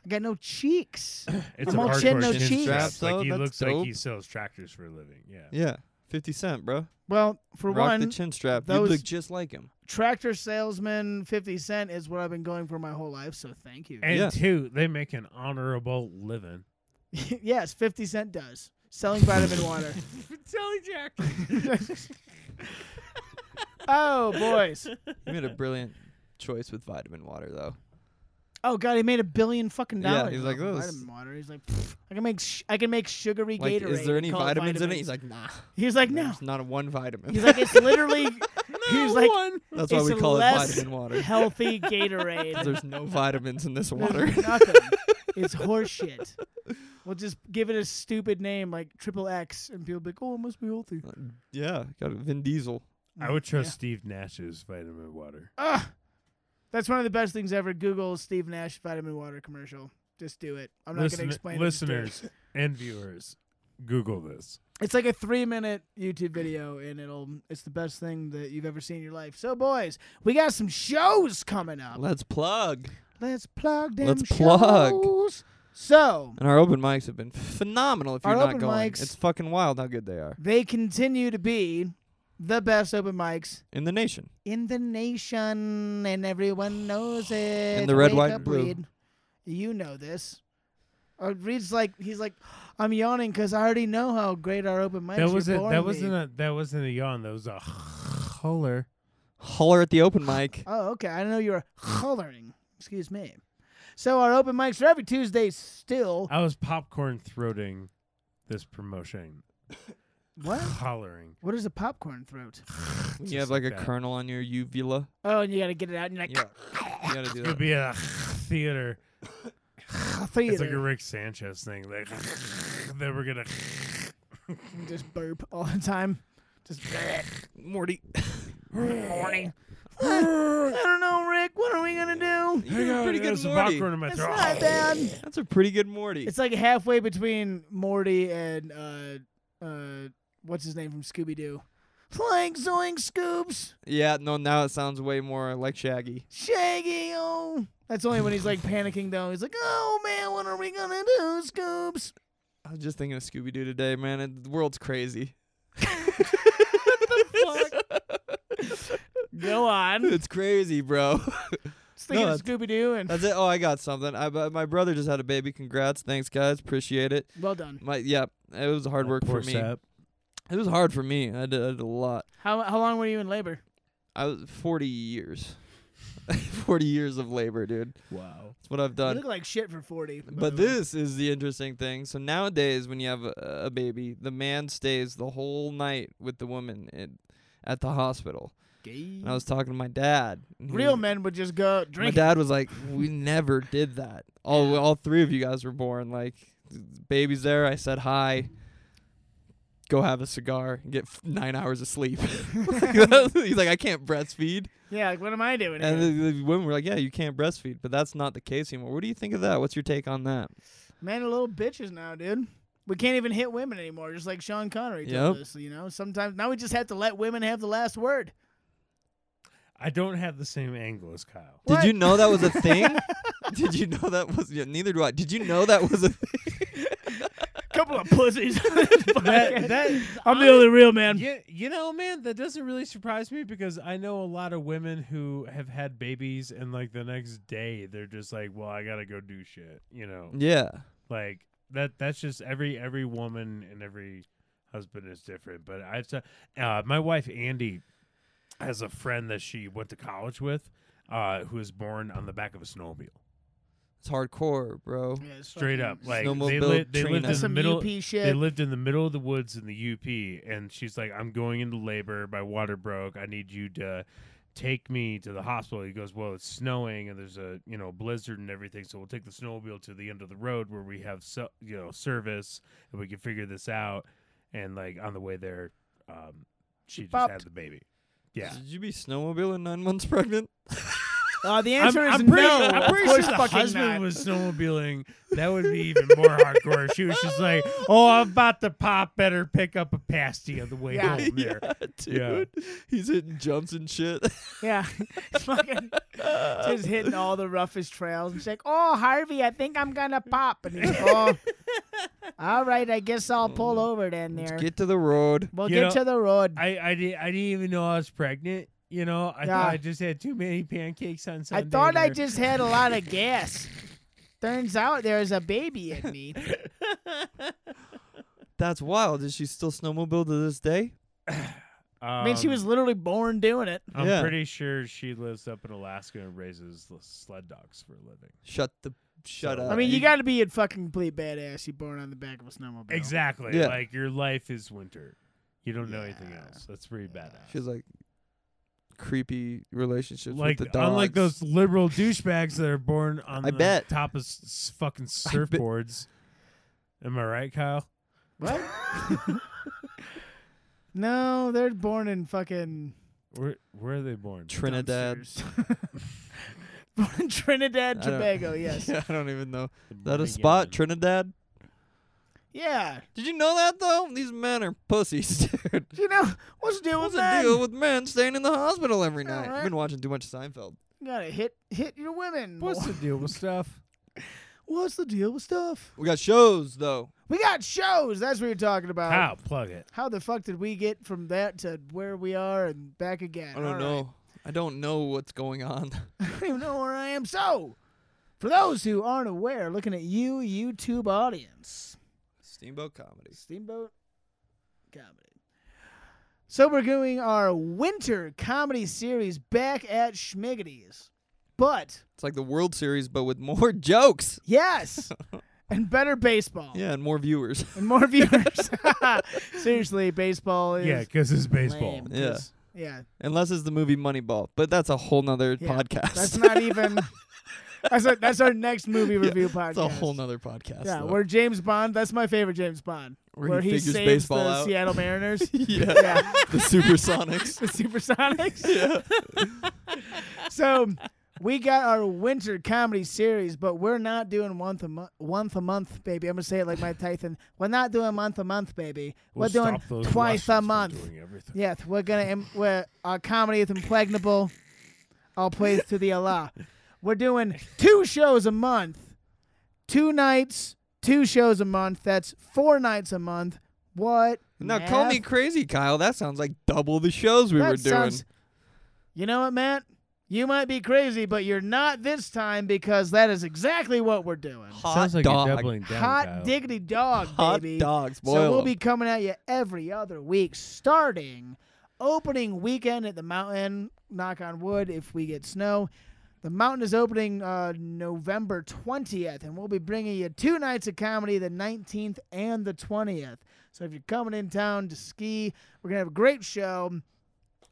Speaker 5: I got no cheeks.
Speaker 4: It's
Speaker 5: I'm
Speaker 4: a
Speaker 5: all
Speaker 4: hardcore
Speaker 5: chin, no
Speaker 4: chin
Speaker 5: cheeks.
Speaker 4: strap.
Speaker 3: Straps, though,
Speaker 4: Like he
Speaker 3: Oh, that's
Speaker 4: looks
Speaker 3: dope.
Speaker 4: like he sells tractors for a living. Yeah.
Speaker 3: Yeah. 50 Cent, bro.
Speaker 5: Well, for
Speaker 3: Rock the
Speaker 5: one,
Speaker 3: chin strap. You
Speaker 5: those-
Speaker 3: look just like him.
Speaker 5: tractor salesman 50 Cent is what I've been going for my whole life. So thank you.
Speaker 4: And
Speaker 3: Yeah.
Speaker 4: two, they make an honorable living.
Speaker 5: yes, 50 Cent does selling vitamin water.
Speaker 6: Telly Jack.
Speaker 5: Oh boys.
Speaker 3: He made a brilliant choice with vitamin water, though.
Speaker 5: Oh god, he made a billion fucking
Speaker 3: Yeah,
Speaker 5: dollars.
Speaker 3: he's like,
Speaker 5: off of
Speaker 3: "Oh, this-
Speaker 5: vitamin water. He's like, "Pfft, I can make sh- I can make sugary
Speaker 3: Like,
Speaker 5: Gatorade.
Speaker 3: is there any
Speaker 5: and call
Speaker 3: vitamins, in it?
Speaker 5: vitamins."
Speaker 3: He's like, nah.
Speaker 5: He's like, no.
Speaker 3: There's not a one vitamin.
Speaker 5: He's like, it's literally. he's like,
Speaker 3: That's why
Speaker 5: it's
Speaker 3: we
Speaker 5: a
Speaker 3: call it
Speaker 5: less
Speaker 3: vitamin water.
Speaker 5: healthy
Speaker 3: 'cause
Speaker 5: Gatorade.
Speaker 3: There's no vitamins in this
Speaker 5: There's
Speaker 3: water.
Speaker 5: nothing. It's horseshit. We'll just give it a stupid name like Triple X, and people be like, oh, it must be healthy.
Speaker 3: yeah. Got Vin Diesel.
Speaker 4: I would trust
Speaker 5: Mm, Yeah.
Speaker 4: Steve Nash's vitamin water.
Speaker 5: Ugh. That's one of the best things ever. Google Steve Nash vitamin water commercial. Just do it. I'm not
Speaker 4: Listen-
Speaker 5: going to explain. it, just do it.
Speaker 4: listeners and viewers, Google this.
Speaker 5: It's like a three minute YouTube video, and it'll it's the best thing that you've ever seen in your life. So, boys, we got some shows coming up.
Speaker 3: Let's plug.
Speaker 5: Let's plug them.
Speaker 3: Let's plug.
Speaker 5: shows. So
Speaker 3: And our open mics have been phenomenal. If
Speaker 5: Our
Speaker 3: you're not
Speaker 5: open
Speaker 3: going,
Speaker 5: mics-
Speaker 3: it's fucking wild how good they are
Speaker 5: they continue to be the best open mics
Speaker 3: in the nation.
Speaker 5: in the nation, and everyone knows it.
Speaker 3: the red,
Speaker 5: Wake
Speaker 3: white,
Speaker 5: up,
Speaker 3: and blue.
Speaker 5: Reed. You know this. Uh, Reed's like he's like, I'm yawning because I already know how great our open mics.
Speaker 4: that
Speaker 5: are
Speaker 4: wasn't
Speaker 5: boring
Speaker 4: that
Speaker 5: me."
Speaker 4: wasn't a that wasn't a yawn. That was a holler.
Speaker 3: Holler at the open mic.
Speaker 5: Oh, okay. I know you're hollering. Excuse me. So our open mics are every Tuesday still.
Speaker 4: I was popcorn throating this promotion.
Speaker 5: What?
Speaker 4: Hollering.
Speaker 5: What is a popcorn throat?
Speaker 3: When you
Speaker 4: Just
Speaker 3: have like,
Speaker 4: like
Speaker 3: a
Speaker 4: that.
Speaker 3: kernel on your uvula.
Speaker 5: Oh, and you gotta get it out and you're like
Speaker 3: Yeah. You gotta do
Speaker 4: It
Speaker 3: that.
Speaker 4: would be a theater. It's like a Rick Sanchez thing. Like that we're gonna
Speaker 5: just burp all the time. Just
Speaker 3: Morty.
Speaker 5: morning. I don't know, Rick. What are we gonna do?
Speaker 3: You did a pretty good
Speaker 4: There's some
Speaker 3: Morty.
Speaker 4: popcorn in my
Speaker 5: It's
Speaker 4: throat.
Speaker 5: not bad.
Speaker 3: That's a pretty good Morty.
Speaker 5: It's like halfway between Morty and uh uh what's his name from Scooby Doo. Flank Zoink Scoops.
Speaker 3: yeah, no, now it sounds way more like Shaggy.
Speaker 5: Shaggy, oh. That's only when he's like panicking though. He's like, oh man, what are we gonna do, Scoops?
Speaker 3: I was just thinking of Scooby Doo today, man. It, the world's crazy.
Speaker 2: fuck? Go on.
Speaker 3: it's crazy, bro.
Speaker 5: Just thinking
Speaker 3: No,
Speaker 5: of Scooby Doo and
Speaker 3: That's it. Oh, I got something. I but my brother just had a baby. Congrats, thanks guys, appreciate it.
Speaker 5: well done.
Speaker 3: My yeah, it was hard work for
Speaker 4: Poor
Speaker 3: me.
Speaker 4: sap.
Speaker 3: It was hard for me. I did, I did a lot.
Speaker 5: How how long were you in labor?
Speaker 3: I was forty years, forty years of labor, dude.
Speaker 4: Wow.
Speaker 3: That's what I've
Speaker 5: You
Speaker 3: done.
Speaker 5: look like shit for forty. by
Speaker 3: But
Speaker 5: the way.
Speaker 3: this is the interesting thing. So nowadays, when you have a, a baby, the man stays the whole night with the woman in, at the hospital.
Speaker 5: Gay.
Speaker 3: And I was talking to my dad. and he
Speaker 5: real
Speaker 3: was-
Speaker 5: men would just go drink.
Speaker 3: Mm. My dad was like, "We never did that. All all three of you guys were born. Like, baby's there. I said hi. Go have a cigar and get f- nine hours of sleep." Like, that's- he's like, "I can't breastfeed,"
Speaker 5: it. Yeah, like what am I doing?
Speaker 3: and
Speaker 5: here?
Speaker 3: the, the women were like, "Yeah, you can't breastfeed, but that's not the case anymore." What do you think of that? What's your take on that?
Speaker 5: Men are little bitches now, dude. We can't even hit women anymore, just like Sean Connery told
Speaker 3: Yep.
Speaker 5: us. You know, sometimes now we just have to let women have the last word.
Speaker 4: I don't have the same angle as Kyle.
Speaker 3: Did
Speaker 5: What?
Speaker 3: you know that was a thing? Did you know that was? Yeah, neither do I. Did you know that was a thing?
Speaker 2: Couple of pussies.
Speaker 4: That, that
Speaker 2: I'm the only real man.
Speaker 4: you, you know, man, that doesn't really surprise me because I know a lot of women who have had babies and like the next day they're just like, "Well, I gotta go do shit," you know,
Speaker 3: yeah.
Speaker 4: like that. That's just every every woman and every husband is different. But I, t- uh, my wife Andy has a friend that she went to college with, uh, who was born on the back of a snowmobile,
Speaker 3: It's hardcore, bro.
Speaker 5: Yeah, it's
Speaker 4: straight
Speaker 5: fucking-
Speaker 4: up. Like they,
Speaker 3: Snowmobile
Speaker 4: li- they
Speaker 3: train
Speaker 4: lived
Speaker 3: up.
Speaker 4: in the
Speaker 5: some
Speaker 4: middle.
Speaker 5: UP
Speaker 4: They
Speaker 5: shit.
Speaker 4: lived in the middle of the woods in the UP, and she's like, "I'm going into labor. My water broke. I need you to take me to the hospital." He goes, "Well, it's snowing, and there's a you know blizzard and everything, so we'll take the snowmobile to the end of the road where we have so, you know service, and we can figure this out." And like on the way there, um, she just
Speaker 5: popped.
Speaker 4: had the baby. Yeah,
Speaker 3: Did you be snowmobiling nine months pregnant?
Speaker 5: uh, the
Speaker 4: I'm,
Speaker 5: answer is
Speaker 4: I'm pretty,
Speaker 5: no.
Speaker 4: sure,
Speaker 5: of
Speaker 4: I'm pretty sure
Speaker 5: course,
Speaker 4: the
Speaker 5: fucking
Speaker 4: husband
Speaker 5: not.
Speaker 4: was snowmobiling. That would be even more hardcore. She was just like, "Oh, I'm about to pop. Better pick up a pasty on the way
Speaker 5: Yeah.
Speaker 4: home." There,
Speaker 3: Yeah, dude. He's hitting jumps and shit.
Speaker 5: Yeah, fucking just hitting all the roughest trails. And she's like, "Oh, Harvey, I think I'm gonna pop." And he's like, "Oh, all right, I guess I'll pull over then." There,
Speaker 3: Mm. Get to the road.
Speaker 5: we'll
Speaker 4: You
Speaker 5: get
Speaker 4: know-
Speaker 5: to the road. I,
Speaker 4: I I, did, I didn't even know I was pregnant. You know, I
Speaker 5: Yeah.
Speaker 4: thought I just had too many pancakes on Sunday.
Speaker 5: thought I
Speaker 4: there.
Speaker 5: just had a lot of gas. Turns out there's a baby in me.
Speaker 3: That's wild. Is she still snowmobile to this day?
Speaker 5: I mean, she
Speaker 4: Um,
Speaker 5: was literally born doing it.
Speaker 4: I'm
Speaker 3: Yeah.
Speaker 4: pretty sure she lives up in Alaska and raises l- sled dogs for a living.
Speaker 3: Shut the shut
Speaker 4: So-
Speaker 3: up.
Speaker 5: I mean, you
Speaker 4: you-
Speaker 5: got to be a fucking complete badass. You born on the back of a snowmobile.
Speaker 4: Exactly.
Speaker 3: Yeah.
Speaker 4: Like your life is winter. You don't know anything
Speaker 5: Yeah.
Speaker 4: else. That's pretty badass.
Speaker 3: She's like creepy relationships
Speaker 4: like
Speaker 3: with the dogs.
Speaker 4: unlike those liberal douchebags that are born on
Speaker 3: I
Speaker 4: the
Speaker 3: bet.
Speaker 4: top of s- s- fucking
Speaker 3: I bet.
Speaker 4: surfboards. Am I right, Kyle?
Speaker 5: What? no, they're born in fucking
Speaker 4: Where where are they born?
Speaker 3: Trinidad.
Speaker 5: dumpsters. born in Trinidad,
Speaker 3: I don't-
Speaker 5: Tobago. Yes.
Speaker 3: Yeah, I don't even know.
Speaker 4: The
Speaker 3: Is that
Speaker 4: born
Speaker 3: a spot,
Speaker 4: again.
Speaker 3: Trinidad?
Speaker 5: Yeah.
Speaker 3: Did you know that though? These men are pussies, dude.
Speaker 5: You know what's the deal with
Speaker 3: What's the
Speaker 5: that?
Speaker 3: deal with men staying in the hospital every
Speaker 5: Yeah,
Speaker 3: night?
Speaker 5: right.
Speaker 3: I've been watching too much Seinfeld.
Speaker 5: You gotta hit hit your women.
Speaker 4: What's the deal with stuff?
Speaker 5: What's the deal with stuff?
Speaker 3: We got shows though.
Speaker 5: We got shows. That's what you're talking about.
Speaker 4: Kyle, plug it.
Speaker 5: How the fuck did we get from that to where we are and back again?
Speaker 3: I don't
Speaker 5: All right.
Speaker 3: know. I don't know what's going on.
Speaker 5: I don't even know where I am. So, for those who aren't aware, looking at you, YouTube audience,
Speaker 3: Steamboat comedy.
Speaker 5: Steamboat Comedy. So, we're doing our winter comedy series back at Schmiggity's. But,
Speaker 3: It's like the World Series, but with more jokes.
Speaker 5: yes, and better baseball.
Speaker 3: Yeah, and more viewers.
Speaker 5: And more viewers. Seriously, baseball is.
Speaker 4: Yeah, because it's baseball.
Speaker 5: lame,
Speaker 3: Yeah.
Speaker 5: 'cause- Yeah.
Speaker 3: Unless it's the movie Moneyball, but that's a whole nother
Speaker 5: Yeah,
Speaker 3: podcast.
Speaker 5: That's not even. That's our, that's our next movie review podcast.
Speaker 3: It's a whole nother podcast.
Speaker 5: Yeah,
Speaker 3: though.
Speaker 5: where James Bond. That's my favorite James Bond.
Speaker 3: Where he
Speaker 5: he
Speaker 3: figures
Speaker 5: saves
Speaker 3: baseball
Speaker 5: the
Speaker 3: out.
Speaker 5: Seattle Mariners.
Speaker 3: yeah,
Speaker 5: yeah,
Speaker 3: the Supersonics.
Speaker 5: the Supersonics.
Speaker 3: yeah.
Speaker 5: So we got our winter comedy series, but we're not doing once a month. Once a month, baby. I'm gonna say it like my Tyson. We're not doing month a month, baby.
Speaker 4: We'll
Speaker 5: we're doing
Speaker 4: stop those Russians
Speaker 5: twice a
Speaker 4: from
Speaker 5: month.
Speaker 4: doing everything.
Speaker 5: Yes, we're gonna. Im- we're, our comedy is impregnable. All praise to the Allah. We're doing two shows a month, two nights, two shows a month. That's four nights a month. What
Speaker 3: Now call me
Speaker 5: Math.
Speaker 3: crazy, Kyle. That sounds like double the shows we
Speaker 5: That
Speaker 3: were doing.
Speaker 5: sounds- You know what, Matt? You might be crazy, but you're not this time because that is exactly what we're doing.
Speaker 3: Hot
Speaker 4: Sounds like
Speaker 3: dog.
Speaker 4: you're doubling down.
Speaker 5: Hot
Speaker 4: Kyle.
Speaker 5: diggity dog,
Speaker 3: Hot
Speaker 5: baby.
Speaker 3: dogs. Boil
Speaker 5: So we'll
Speaker 3: 'em.
Speaker 5: be coming at you every other week, starting opening weekend at the mountain. Knock on wood, if we get snow. The mountain is opening uh, November 20th, and we'll be bringing you two nights of comedy, the 19th and the 20th. So if you're coming in town to ski, we're going to have a great show.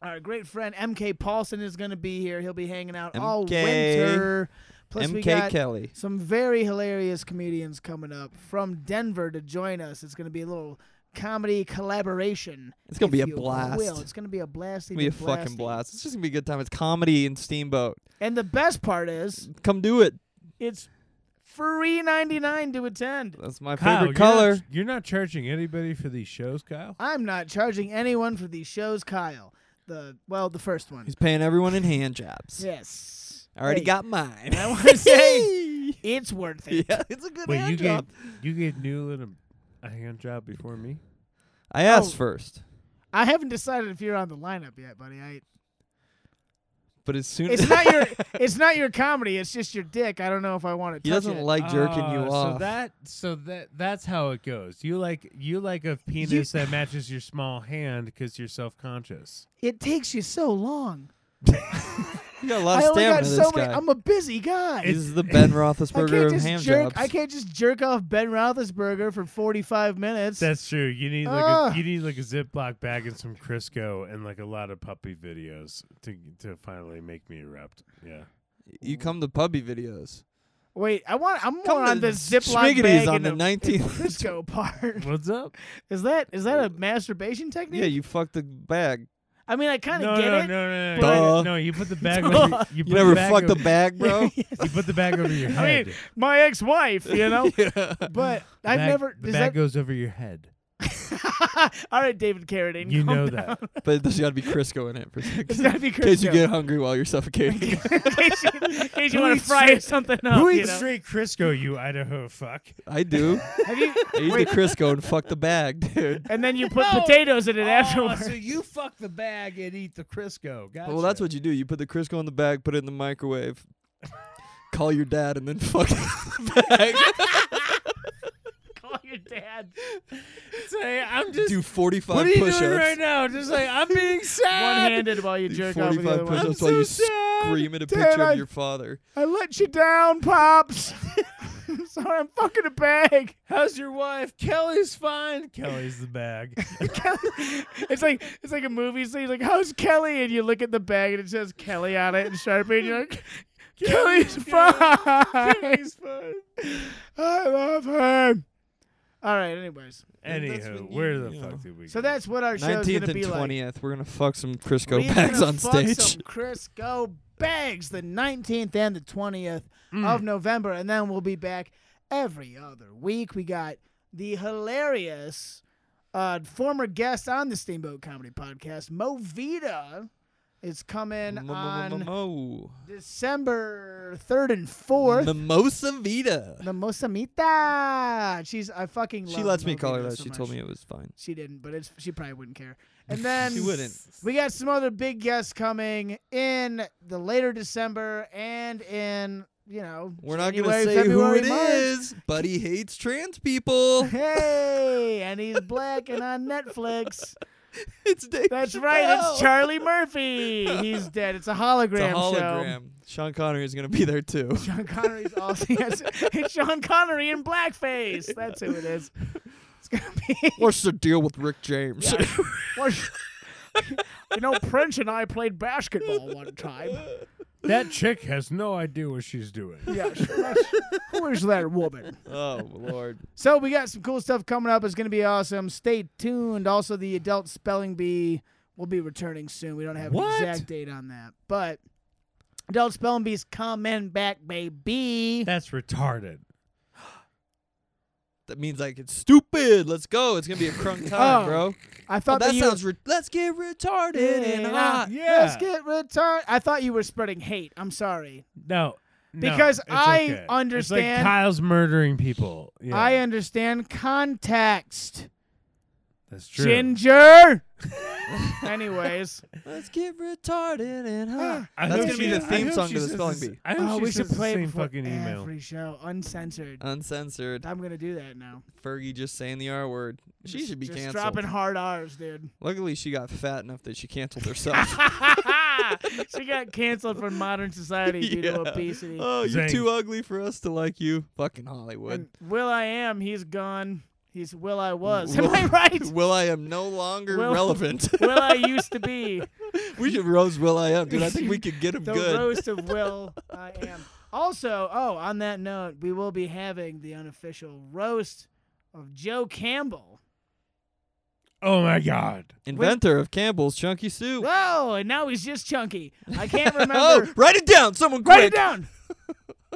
Speaker 5: Our great friend MK Paulson is going to be here. He'll be hanging out all
Speaker 3: MK.
Speaker 5: winter. Plus, we
Speaker 3: MK
Speaker 5: got
Speaker 3: Kelly.
Speaker 5: some very hilarious comedians coming up from Denver to join us. It's going to be a little comedy collaboration.
Speaker 3: It's gonna
Speaker 5: if
Speaker 3: be a
Speaker 5: you
Speaker 3: blast.
Speaker 5: Will. It's going to be a blast.
Speaker 3: It'll be a fucking blast. It's just gonna be a good time. It's comedy and Steamboat.
Speaker 5: And the best part is,
Speaker 3: Come do it.
Speaker 5: it's free ninety nine to attend.
Speaker 3: That's my
Speaker 4: Kyle,
Speaker 3: favorite
Speaker 4: you're not-
Speaker 3: color.
Speaker 4: You're not, charging anybody for these shows, Kyle.
Speaker 5: I'm not charging anyone for these shows, Kyle. The well, the first one.
Speaker 3: He's paying everyone in hand jobs.
Speaker 5: Yes.
Speaker 3: I already
Speaker 5: Hey,
Speaker 3: got mine.
Speaker 5: I want to say it's worth it.
Speaker 3: yeah, it's a good
Speaker 4: Wait,
Speaker 3: hand
Speaker 4: you gave
Speaker 3: job.
Speaker 4: you gave Newland a, a hand job before me.
Speaker 3: I asked
Speaker 5: Oh.
Speaker 3: first,
Speaker 5: I haven't decided if you're on the lineup yet, buddy. I,
Speaker 3: but as soon
Speaker 5: it's
Speaker 3: as
Speaker 5: not your it's not your comedy. It's just your dick. I don't know if I want to.
Speaker 3: he
Speaker 5: touch
Speaker 3: doesn't
Speaker 5: it.
Speaker 3: like jerking you
Speaker 4: Oh,
Speaker 3: off.
Speaker 4: So that so that that's how it goes. You like you like a penis that matches your small hand because you're self conscious.
Speaker 5: It takes you so long.
Speaker 3: you got a lot
Speaker 5: I
Speaker 3: of
Speaker 5: only
Speaker 3: stamina.
Speaker 5: got
Speaker 3: This
Speaker 5: so
Speaker 3: guy.
Speaker 5: many. I'm a busy guy.
Speaker 3: He's the Ben
Speaker 5: I
Speaker 3: Roethlisberger
Speaker 5: can't
Speaker 3: of
Speaker 5: just
Speaker 3: hand
Speaker 5: jerk.
Speaker 3: jobs.
Speaker 5: I can't just jerk off Ben Roethlisberger for 45 minutes.
Speaker 4: That's true. You need like
Speaker 5: Ah.
Speaker 4: a, you need like a Ziploc bag and some Crisco and like a lot of puppy videos to to finally make me erupt. Yeah.
Speaker 3: You come to puppy videos.
Speaker 5: Wait, I want. I'm
Speaker 3: Come
Speaker 5: more on
Speaker 3: to
Speaker 5: the Ziploc
Speaker 3: Schmiggity's
Speaker 5: bag
Speaker 3: on
Speaker 5: and
Speaker 3: the
Speaker 5: and
Speaker 3: 19th.
Speaker 5: Crisco part.
Speaker 4: What's up?
Speaker 5: Is that is that a masturbation technique?
Speaker 3: Yeah, you fucked the bag.
Speaker 5: I mean, I kind
Speaker 4: no,
Speaker 5: of get
Speaker 4: no,
Speaker 5: it.
Speaker 4: no, no,
Speaker 3: Duh.
Speaker 4: no, no. You put the bag. over, your- you,
Speaker 3: You
Speaker 4: put
Speaker 3: never
Speaker 4: the bag
Speaker 3: fucked
Speaker 4: over,
Speaker 3: the bag, bro.
Speaker 4: You put the bag over your
Speaker 2: I
Speaker 4: head.
Speaker 2: mean, my ex-wife, you know.
Speaker 3: Yeah.
Speaker 5: But
Speaker 4: The
Speaker 5: I've
Speaker 4: bag-
Speaker 5: never.
Speaker 4: The
Speaker 5: is
Speaker 4: bag
Speaker 5: that,
Speaker 4: goes over your head.
Speaker 2: All right, David Carradine.
Speaker 4: You
Speaker 2: calm
Speaker 4: know
Speaker 2: down.
Speaker 4: that.
Speaker 3: But there's got to be Crisco in it for sex.
Speaker 5: it's gotta be
Speaker 3: In case you
Speaker 5: Crisco.
Speaker 3: get hungry while you're suffocating.
Speaker 2: in case you, in case you
Speaker 4: Who
Speaker 2: want to
Speaker 4: eats
Speaker 2: fry
Speaker 4: straight-
Speaker 2: something up.
Speaker 4: Who
Speaker 2: you
Speaker 4: eats
Speaker 2: know?
Speaker 4: straight Crisco? You Idaho fuck.
Speaker 3: I do.
Speaker 5: Have you?
Speaker 3: I eat the Crisco and fuck the bag, dude.
Speaker 2: And then you put
Speaker 4: No.
Speaker 2: potatoes in it afterwards.
Speaker 4: so you fuck the bag and eat the Crisco. Gotcha.
Speaker 3: Well, that's what you do. You put the Crisco in the bag, put it in the microwave, call your dad, and then fuck the bag.
Speaker 2: Call your dad.
Speaker 4: say. I'm just.
Speaker 3: do 45
Speaker 4: what are you
Speaker 3: push-ups.
Speaker 4: doing right now? Just like I'm being sad.
Speaker 2: One-handed while you
Speaker 3: Do
Speaker 2: jerk off with the
Speaker 3: 45
Speaker 2: other one.
Speaker 3: push-ups
Speaker 4: I'm
Speaker 3: while you
Speaker 4: so sad.
Speaker 3: scream at a
Speaker 5: Dad,
Speaker 3: picture
Speaker 5: I-
Speaker 3: of your father.
Speaker 5: I let you down, pops. Sorry, I'm fucking a bag.
Speaker 4: How's your wife? Kelly's fine. Kelly's the bag.
Speaker 2: It's like it's like a movie scene. Like, how's Kelly? And you look at the bag and it says Kelly on it and Sharpie, and you're like, Kelly's fine.
Speaker 4: Kelly's fine.
Speaker 5: I love her. All right. Anyways,
Speaker 3: And that's
Speaker 4: Anywho,
Speaker 3: when
Speaker 4: where
Speaker 3: you-
Speaker 4: the
Speaker 3: you know.
Speaker 4: fuck did we?
Speaker 5: so
Speaker 4: go?
Speaker 5: that's what our show's
Speaker 3: 19th
Speaker 5: gonna
Speaker 3: and
Speaker 5: be like.
Speaker 3: 20th, we're going to fuck some Crisco
Speaker 5: We're
Speaker 3: bags
Speaker 5: gonna
Speaker 3: on
Speaker 5: fuck
Speaker 3: stage.
Speaker 5: Some Crisco bags the 19th and the 20th
Speaker 3: Mm.
Speaker 5: of November, and then we'll be back every other week. We got the hilarious uh, former guest on the Steamboat Comedy Podcast, Mo Vita, is coming on
Speaker 3: Mo-
Speaker 5: December 3rd and
Speaker 3: Mo-
Speaker 5: 4th.
Speaker 3: Mimosa Vita.
Speaker 5: The Mosamita. She's I fucking.
Speaker 3: She
Speaker 5: love
Speaker 3: lets me
Speaker 5: Mo
Speaker 3: call her
Speaker 5: Vita
Speaker 3: that.
Speaker 5: so
Speaker 3: She
Speaker 5: much.
Speaker 3: told me it was fine.
Speaker 5: She didn't, but it's she probably wouldn't care. And then
Speaker 3: She wouldn't.
Speaker 5: We got some other big guests coming in the later December and in you know
Speaker 3: We're not
Speaker 5: January,
Speaker 3: gonna say
Speaker 5: February,
Speaker 3: who it
Speaker 5: March.
Speaker 3: is, but he hates trans people.
Speaker 5: Hey, and he's black and on Netflix.
Speaker 3: it's Dave
Speaker 5: That's
Speaker 3: Chappelle.
Speaker 5: right. It's Charlie Murphy. He's dead. It's a hologram,
Speaker 3: It's a
Speaker 5: show.
Speaker 3: hologram. Sean Connery is gonna be there too.
Speaker 5: Sean Connery's also yes, it's Sean Connery in blackface. That's who it is. It's gonna be.
Speaker 3: What's the deal with Rick James?
Speaker 5: you know, Prince and I played basketball one time.
Speaker 4: that chick has no idea what she's doing.
Speaker 5: Yes. that's- Who is that woman?
Speaker 3: oh lord.
Speaker 5: So we got some cool stuff coming up. It's going to be awesome. Stay tuned. Also, the adult spelling bee will be returning soon. We don't have
Speaker 4: What?
Speaker 5: an exact date on that, but adult spelling bees coming back, baby.
Speaker 4: That's retarded.
Speaker 3: That means like it's stupid. Let's go. It's gonna be a crunk time,
Speaker 5: Oh,
Speaker 3: bro.
Speaker 5: I
Speaker 3: Oh,
Speaker 5: thought
Speaker 3: that
Speaker 5: you
Speaker 3: sounds. Re- let's get retarded and hot.
Speaker 5: Let's
Speaker 4: Yeah.
Speaker 5: get returned. I thought you were spreading hate. I'm sorry.
Speaker 4: No. no,
Speaker 5: Because
Speaker 4: it's
Speaker 5: I
Speaker 4: okay. It's
Speaker 5: understand-
Speaker 4: like Kyle's murdering people. Yeah.
Speaker 5: I understand context.
Speaker 4: That's true.
Speaker 2: Ginger. Anyways,
Speaker 3: Let's get retarded and
Speaker 2: Ah.
Speaker 3: high.
Speaker 4: I
Speaker 3: That's
Speaker 4: hope
Speaker 3: gonna
Speaker 4: she-
Speaker 3: be the
Speaker 4: I
Speaker 3: theme
Speaker 4: hope
Speaker 3: song
Speaker 4: she
Speaker 3: to the
Speaker 4: says
Speaker 3: spelling
Speaker 4: this-
Speaker 3: bee.
Speaker 4: I hope
Speaker 2: oh,
Speaker 4: she
Speaker 2: we should
Speaker 4: says the
Speaker 2: play it
Speaker 4: same
Speaker 2: before
Speaker 4: fucking email.
Speaker 2: every show, uncensored.
Speaker 3: Uh. Uncensored.
Speaker 2: I'm gonna do that now.
Speaker 3: Fergie just saying the R word. She should be
Speaker 2: Just
Speaker 3: canceled.
Speaker 2: dropping hard R's, dude.
Speaker 3: Luckily, she got fat enough that she canceled herself.
Speaker 2: she got canceled from modern society due to
Speaker 3: Yeah.
Speaker 2: obesity.
Speaker 3: Oh, you're
Speaker 4: Zing.
Speaker 3: too ugly for us to like you. Fucking Hollywood.
Speaker 2: And Will I am, he's gone. He's Will I was. Am
Speaker 3: Will-
Speaker 2: I right?
Speaker 3: Will I am no longer
Speaker 2: Will-
Speaker 3: relevant.
Speaker 2: Will I used to be.
Speaker 3: we should roast Will I am, dude. I think we could get him
Speaker 2: The
Speaker 3: good.
Speaker 2: roast of Will I am. Also, oh, on that note, we will be having the unofficial roast of Joe Campbell.
Speaker 4: Oh my god.
Speaker 3: Inventor of Campbell's Chunky Soup.
Speaker 2: Whoa, and now he's just chunky. I can't
Speaker 3: Oh,
Speaker 2: remember.
Speaker 3: write it down, someone
Speaker 2: Write
Speaker 3: quick.
Speaker 2: it down.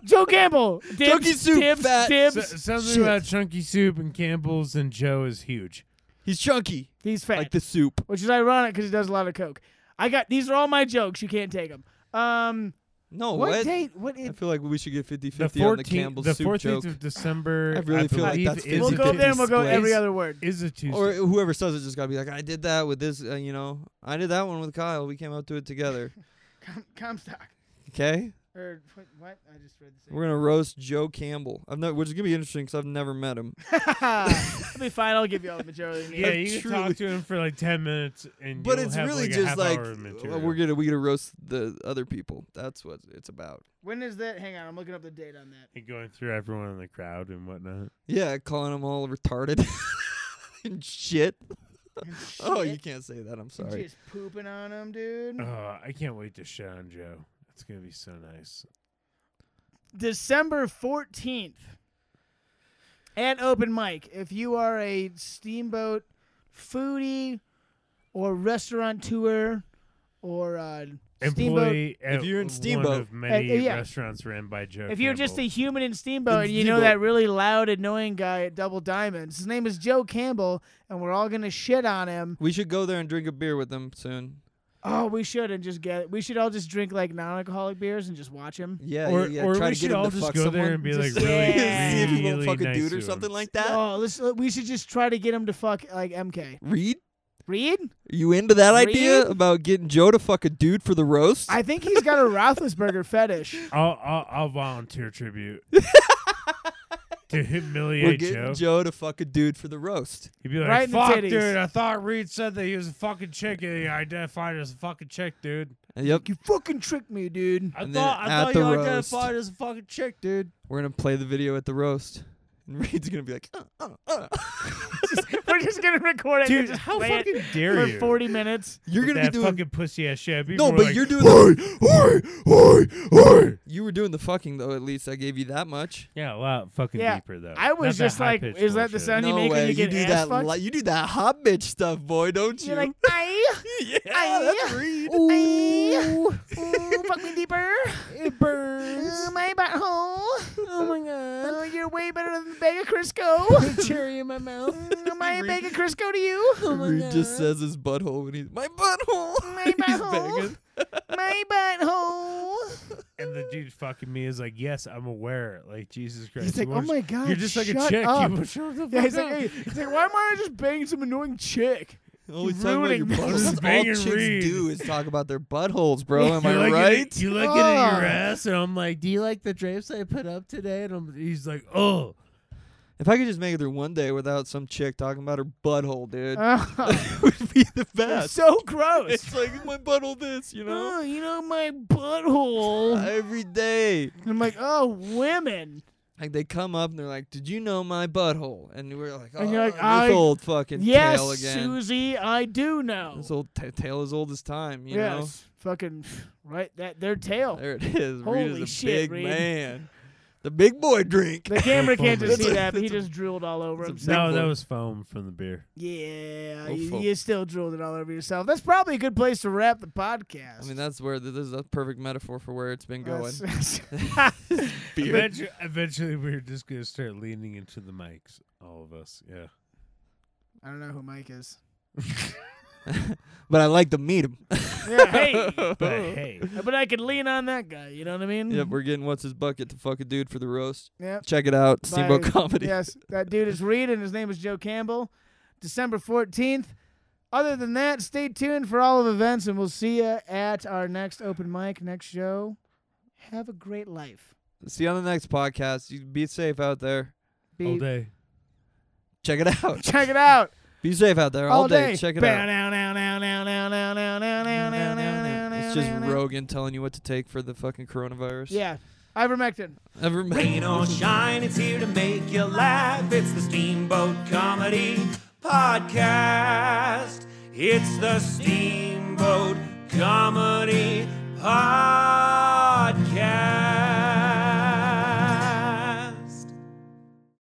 Speaker 2: Joe Campbell. Dibs,
Speaker 3: Chunky soup,
Speaker 2: dibs,
Speaker 3: fat.
Speaker 2: dibs.
Speaker 4: So, something
Speaker 3: Shit.
Speaker 4: about Chunky Soup and Campbell's and Joe is huge.
Speaker 3: He's chunky,
Speaker 2: He's fat.
Speaker 3: like the soup.
Speaker 2: which is ironic because he does a lot of coke. I got these are all my jokes. You can't take them. Um,
Speaker 3: No,
Speaker 2: what,
Speaker 3: what?
Speaker 2: date? What? It,
Speaker 3: I feel like we should get 50
Speaker 4: The
Speaker 3: 50 on the
Speaker 4: 14th,
Speaker 3: Campbell's
Speaker 4: the
Speaker 3: soup
Speaker 4: 14th
Speaker 3: joke.
Speaker 4: of December.
Speaker 3: I really feel like
Speaker 4: believe,
Speaker 3: that's
Speaker 4: is
Speaker 2: we'll
Speaker 4: a
Speaker 3: it
Speaker 2: go
Speaker 3: fifty
Speaker 2: there and we'll go
Speaker 3: displays?
Speaker 2: every other word.
Speaker 4: Is a Tuesday.
Speaker 3: Or whoever says it just got to be like, I did that with this, uh, you know, I did that one with Kyle. We came up to it together.
Speaker 2: Com- Comstock
Speaker 3: Okay?
Speaker 2: or what, what? I just read the
Speaker 3: We're going to roast Joe Campbell. I've never, which is going to be interesting because I've never met him.
Speaker 2: same. It'll be fine. I'll give you all the material you need.
Speaker 4: yeah, you can
Speaker 3: truly-
Speaker 4: talk to him for like ten minutes, and
Speaker 3: But
Speaker 4: you'll
Speaker 3: it's
Speaker 4: have
Speaker 3: really
Speaker 4: like a
Speaker 3: just
Speaker 4: half
Speaker 3: like
Speaker 4: hour of
Speaker 3: uh,
Speaker 4: material.
Speaker 3: we're gonna we gonna roast the other people. That's what it's about.
Speaker 2: When is that? Hang on, I'm looking up the date on that.
Speaker 4: And going through everyone in the crowd and whatnot.
Speaker 3: Yeah, calling them all retarded and shit. Oh, you
Speaker 2: Shit.
Speaker 3: can't say that. I'm
Speaker 2: She's
Speaker 3: sorry.
Speaker 2: Just pooping on him, dude.
Speaker 3: Mm.
Speaker 4: Oh, I can't wait to shit on Joe. That's gonna be so nice.
Speaker 2: December 14th at open mic. If you are a steamboat foodie or restaurateur or uh, steamboat,
Speaker 4: Employee at
Speaker 3: If you're in
Speaker 4: one
Speaker 3: Steamboat-
Speaker 4: of many
Speaker 2: uh, yeah.
Speaker 4: restaurants ran by Joe.
Speaker 2: if you're just a
Speaker 4: Campbell.
Speaker 2: human in steamboat
Speaker 3: In
Speaker 2: and you know
Speaker 3: Steamboat.
Speaker 2: that really loud, annoying guy at Double Diamonds, his name is Joe Campbell, and we're all gonna shit on him.
Speaker 3: We should go there and drink a beer with them soon.
Speaker 2: Oh, we should and just get. We should all just drink like non-alcoholic beers and just watch him.
Speaker 3: Yeah,
Speaker 4: or,
Speaker 3: yeah, yeah.
Speaker 4: or
Speaker 3: try
Speaker 4: we
Speaker 3: to
Speaker 4: should
Speaker 3: get
Speaker 4: all
Speaker 3: them to
Speaker 4: just
Speaker 3: fuck
Speaker 4: go
Speaker 3: someone.
Speaker 4: there and be like
Speaker 2: Just-
Speaker 4: really,
Speaker 2: Yeah.
Speaker 3: see if he won't
Speaker 4: really
Speaker 3: fucking
Speaker 4: nice
Speaker 3: dude
Speaker 4: to
Speaker 3: or
Speaker 4: him.
Speaker 3: something like that.
Speaker 2: Oh, let's. We should just try to get him to fuck like MK.
Speaker 3: Reed,
Speaker 2: Reed,
Speaker 3: are you into that idea
Speaker 2: Reed?
Speaker 3: about getting Joe to fuck a dude for the roast?
Speaker 2: I think he's got a Roethlisberger fetish.
Speaker 4: I'll, I'll I'll volunteer tribute to
Speaker 3: We're
Speaker 4: humiliate
Speaker 3: getting
Speaker 4: Joe.
Speaker 3: Joe to fuck a dude for the roast.
Speaker 4: He'd be like,
Speaker 2: Right in the
Speaker 4: "Fuck,
Speaker 2: titties."
Speaker 4: dude! I thought Reed said that he was a fucking chick, and he identified as a fucking chick, dude.
Speaker 3: Yep.
Speaker 2: You fucking tricked me, dude.
Speaker 4: I
Speaker 3: And then
Speaker 4: thought I
Speaker 3: at
Speaker 4: thought
Speaker 3: the
Speaker 4: you
Speaker 3: roast-
Speaker 4: identified as a fucking chick, dude."
Speaker 3: We're gonna play the video at the roast. And Reed's gonna be like, uh, uh, uh.
Speaker 2: We're just gonna record it. and
Speaker 4: Dude,
Speaker 2: just
Speaker 4: how
Speaker 2: play
Speaker 4: fucking
Speaker 2: it
Speaker 4: dare
Speaker 2: for
Speaker 4: you?
Speaker 2: 40 minutes?
Speaker 3: You're
Speaker 4: With
Speaker 3: gonna be
Speaker 4: that
Speaker 3: doing
Speaker 4: fucking pussy ass shit. People
Speaker 3: No,
Speaker 4: were
Speaker 3: but
Speaker 4: like,
Speaker 3: you're doing. the- You were doing the fucking though. At least I gave you that much.
Speaker 4: yeah, a lot fucking
Speaker 2: Yeah,
Speaker 4: deeper though.
Speaker 2: I was
Speaker 4: Not
Speaker 2: just
Speaker 4: that
Speaker 2: like,
Speaker 4: high-pitched
Speaker 2: is that the
Speaker 4: bullshit.
Speaker 2: sound- And you
Speaker 3: no
Speaker 2: make- and
Speaker 3: way.
Speaker 2: you get
Speaker 3: do
Speaker 2: ass
Speaker 3: that.
Speaker 2: fucked?
Speaker 3: Li- you do that hot bitch stuff, boy. Don't you?
Speaker 2: You're like, aye,
Speaker 3: yeah, that's Reed.
Speaker 2: aye, ooh, fuck me deeper,
Speaker 3: It burns.
Speaker 2: ooh, my butthole,
Speaker 3: Oh my god.
Speaker 2: oh, you're way better than the bag of Crisco,
Speaker 3: Cherry in my mouth.
Speaker 2: Ooh, my bag of Crisco to you,
Speaker 3: Reed just says his butthole when he's my butthole.
Speaker 2: My
Speaker 3: he's
Speaker 2: butthole.
Speaker 3: banging.
Speaker 2: my butthole.
Speaker 4: And the dude fucking me is like, "Yes, I'm aware." Like Jesus Christ.
Speaker 2: He's like,
Speaker 4: you
Speaker 2: oh
Speaker 4: wanna-
Speaker 2: my god,
Speaker 4: You're just like a
Speaker 2: shut
Speaker 4: chick.
Speaker 2: up.
Speaker 4: You wanna shut the
Speaker 2: Yeah,
Speaker 4: fuck
Speaker 2: he's like,
Speaker 4: up.
Speaker 2: hey, he's like, why am I just banging some annoying chick?
Speaker 3: Always talking about your
Speaker 2: ruining
Speaker 3: buttholes.
Speaker 4: this.
Speaker 3: That's all
Speaker 4: Banging
Speaker 3: chicks
Speaker 4: Reed.
Speaker 3: do is talk about their buttholes, bro. Am
Speaker 4: You
Speaker 3: I
Speaker 4: like it-
Speaker 3: right?
Speaker 4: you like it in
Speaker 2: Ah.
Speaker 4: your ass, and I'm like, "Do you like the drapes I put up today?" And I'm, he's like, "Oh,
Speaker 3: If I could just make it through one day without some chick talking about her butthole, dude,
Speaker 2: Oh,
Speaker 3: it would be the best.
Speaker 2: so gross.
Speaker 3: It's like my butthole this, you know?
Speaker 2: Oh, you know my butthole.
Speaker 3: Every day.
Speaker 2: And I'm like, oh, women.
Speaker 3: Like they come up and they're like, Did you know my butthole? And we're like, Oh,
Speaker 2: And you're like,
Speaker 3: this
Speaker 2: I-
Speaker 3: old fucking
Speaker 2: yes,
Speaker 3: tail again.
Speaker 2: Susie, I do know.
Speaker 3: This old ta tail as old as time, you
Speaker 2: yes, fucking right. That their tail.
Speaker 3: know? There it is. Reed
Speaker 2: Holy
Speaker 3: is a
Speaker 2: shit,
Speaker 3: big
Speaker 2: Reed.
Speaker 3: man. The big boy drink.
Speaker 2: the camera can't just
Speaker 3: That's
Speaker 2: see
Speaker 3: a-
Speaker 2: that, but he
Speaker 3: that's a-
Speaker 2: just drooled all over
Speaker 3: that's a
Speaker 2: himself.
Speaker 3: big-
Speaker 4: no, that
Speaker 3: boy.
Speaker 4: was foam from the beer."
Speaker 2: Yeah,
Speaker 3: Oh,
Speaker 2: you,
Speaker 3: fuck.
Speaker 2: you still drooled it all over yourself. That's probably a good place to wrap the podcast.
Speaker 3: I mean, that's where this is a perfect metaphor for where it's been going.
Speaker 2: That's-
Speaker 4: Eventually, eventually, we're just gonna start leaning into the mics, all of us. Yeah.
Speaker 2: I don't know who Mike is.
Speaker 3: but I like to meet him.
Speaker 2: Yeah, hey,
Speaker 4: But hey,
Speaker 2: but I could lean on that guy. You know what I mean?
Speaker 3: yep, we're getting what's his bucket to fuck a dude for the roast.
Speaker 2: Yep.
Speaker 3: Check it out, Steamboat
Speaker 2: By-
Speaker 3: Comedy.
Speaker 2: Yes, that dude is Reed, and his name is Joe Campbell. December 14th. Other than that, stay tuned for all of the events and we'll see you at our next open mic, next show. Have a great life.
Speaker 3: See you on the next podcast. You be safe out there.
Speaker 2: Be-
Speaker 4: all day.
Speaker 3: Check it out.
Speaker 2: Check it out.
Speaker 3: Be safe out there all,
Speaker 2: All
Speaker 3: day.
Speaker 2: day.
Speaker 3: Check it out. It's
Speaker 2: It's
Speaker 3: just Rogan telling you what to take for the fucking coronavirus.
Speaker 2: Yeah. Ivermectin.
Speaker 3: Ever
Speaker 1: Rain or shine, it's here to make you laugh. It's the Steamboat Comedy Podcast. It's the Steamboat Comedy Podcast.